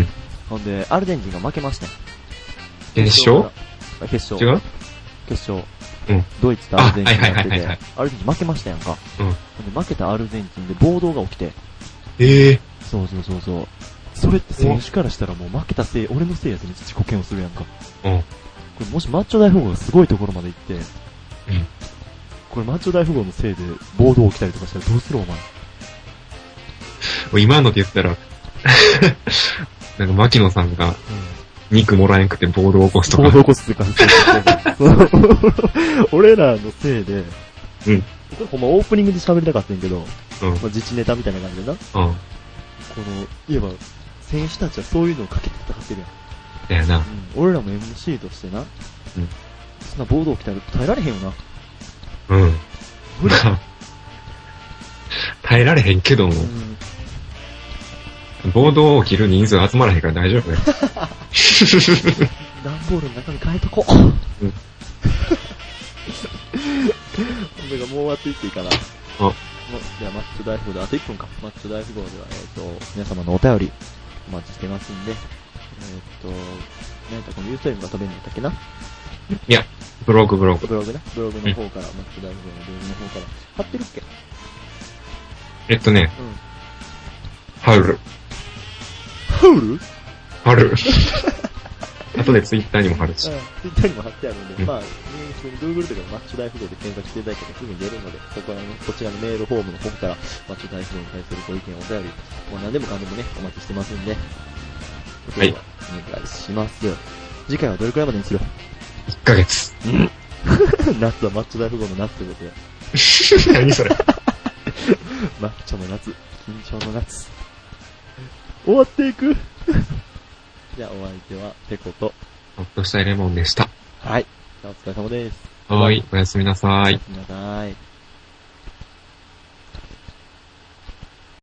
A: うん
B: ほんで、アルゼンチンが負けましたやん
A: 決勝
B: あ決
A: 違
B: 勝。
A: う
B: 決勝。
A: うん
B: ドイツとアルゼンチンがやっ
A: あ
B: て
A: はいはいはいは
B: て
A: い、
B: アルゼンチン負けましたやんか。
A: うん
B: ほんで、負けたアルゼンチンで暴動が起きて、
A: ええ
B: そうそうそうそう。それって選手からしたらもう負けたせい、俺のせいやと自己嫌悪するやんか。
A: うん
B: これもしマッチョ大富豪がすごいところまで行って、これマッチョ大富豪のせいで暴動起きたりとかしたらどうするお前。
A: もう今ので言ったら、 なんか牧野さんが肉もらえんくて暴動を起こすと
B: 暴動
A: か、
B: 起こすって感じ。俺らのせいで、
A: うん
B: これほんまオープニングで喋りたかったんやけど、
A: うん
B: まあ自治ネタみたいな感じでな。こ
A: うん。
B: の、いえば、選手たちはそういうのをかけて戦ってるやん。
A: だよな。
B: 俺らも MC としてな。
A: うん
B: そんな暴動起きたら耐えられへんよな。
A: うん。耐えられへんけども、
B: うん
A: 暴動を切る人数集まらへんから大丈 夫だよ。
B: 段ボールの中身変えとこう。。
A: うん
B: 俺がもう終わっていっていいかな。
A: あ
B: もうじゃあ、マッチョ大富豪で、あと1分か。マッチョ大富豪では、えっ、と、皆様のお便り、お待ちしてますんで、えっ、と、なんかこのユーストリームが飛べるんだったっけな
A: ブログブログ。
B: ブログね。ブログの方から、マッチョ大富豪のブログの方から。貼ってるっけ
A: えっとね
B: うん、
A: 春、
B: ハウル
A: 春。あとでツイッターにも貼るし。
B: ツイッターにも貼ってあるんで、
A: うん
B: まあ、普通に Google とかマッチョ大富豪で検索していただければすぐに出るので、ここらの、こちらのメールフォームの方から、マッチョ大富豪に対するご意見、お便り、もう何でもかんでもね、お待ちしてますんで、
A: はい
B: お願いします。次回はどれくらいまでにする
A: 1ヶ月。
B: 夏はマッチョ大富豪の夏というこ とで、
A: 何それ。
B: マッチョの夏、緊張の夏。終わっていく じゃあお相手は、ペコと、
A: ほっとしたいレモンでした。
B: はい。じゃあお疲れ様です。
A: はーい、おやすみなさ
B: お
A: い
B: や。すみなさい。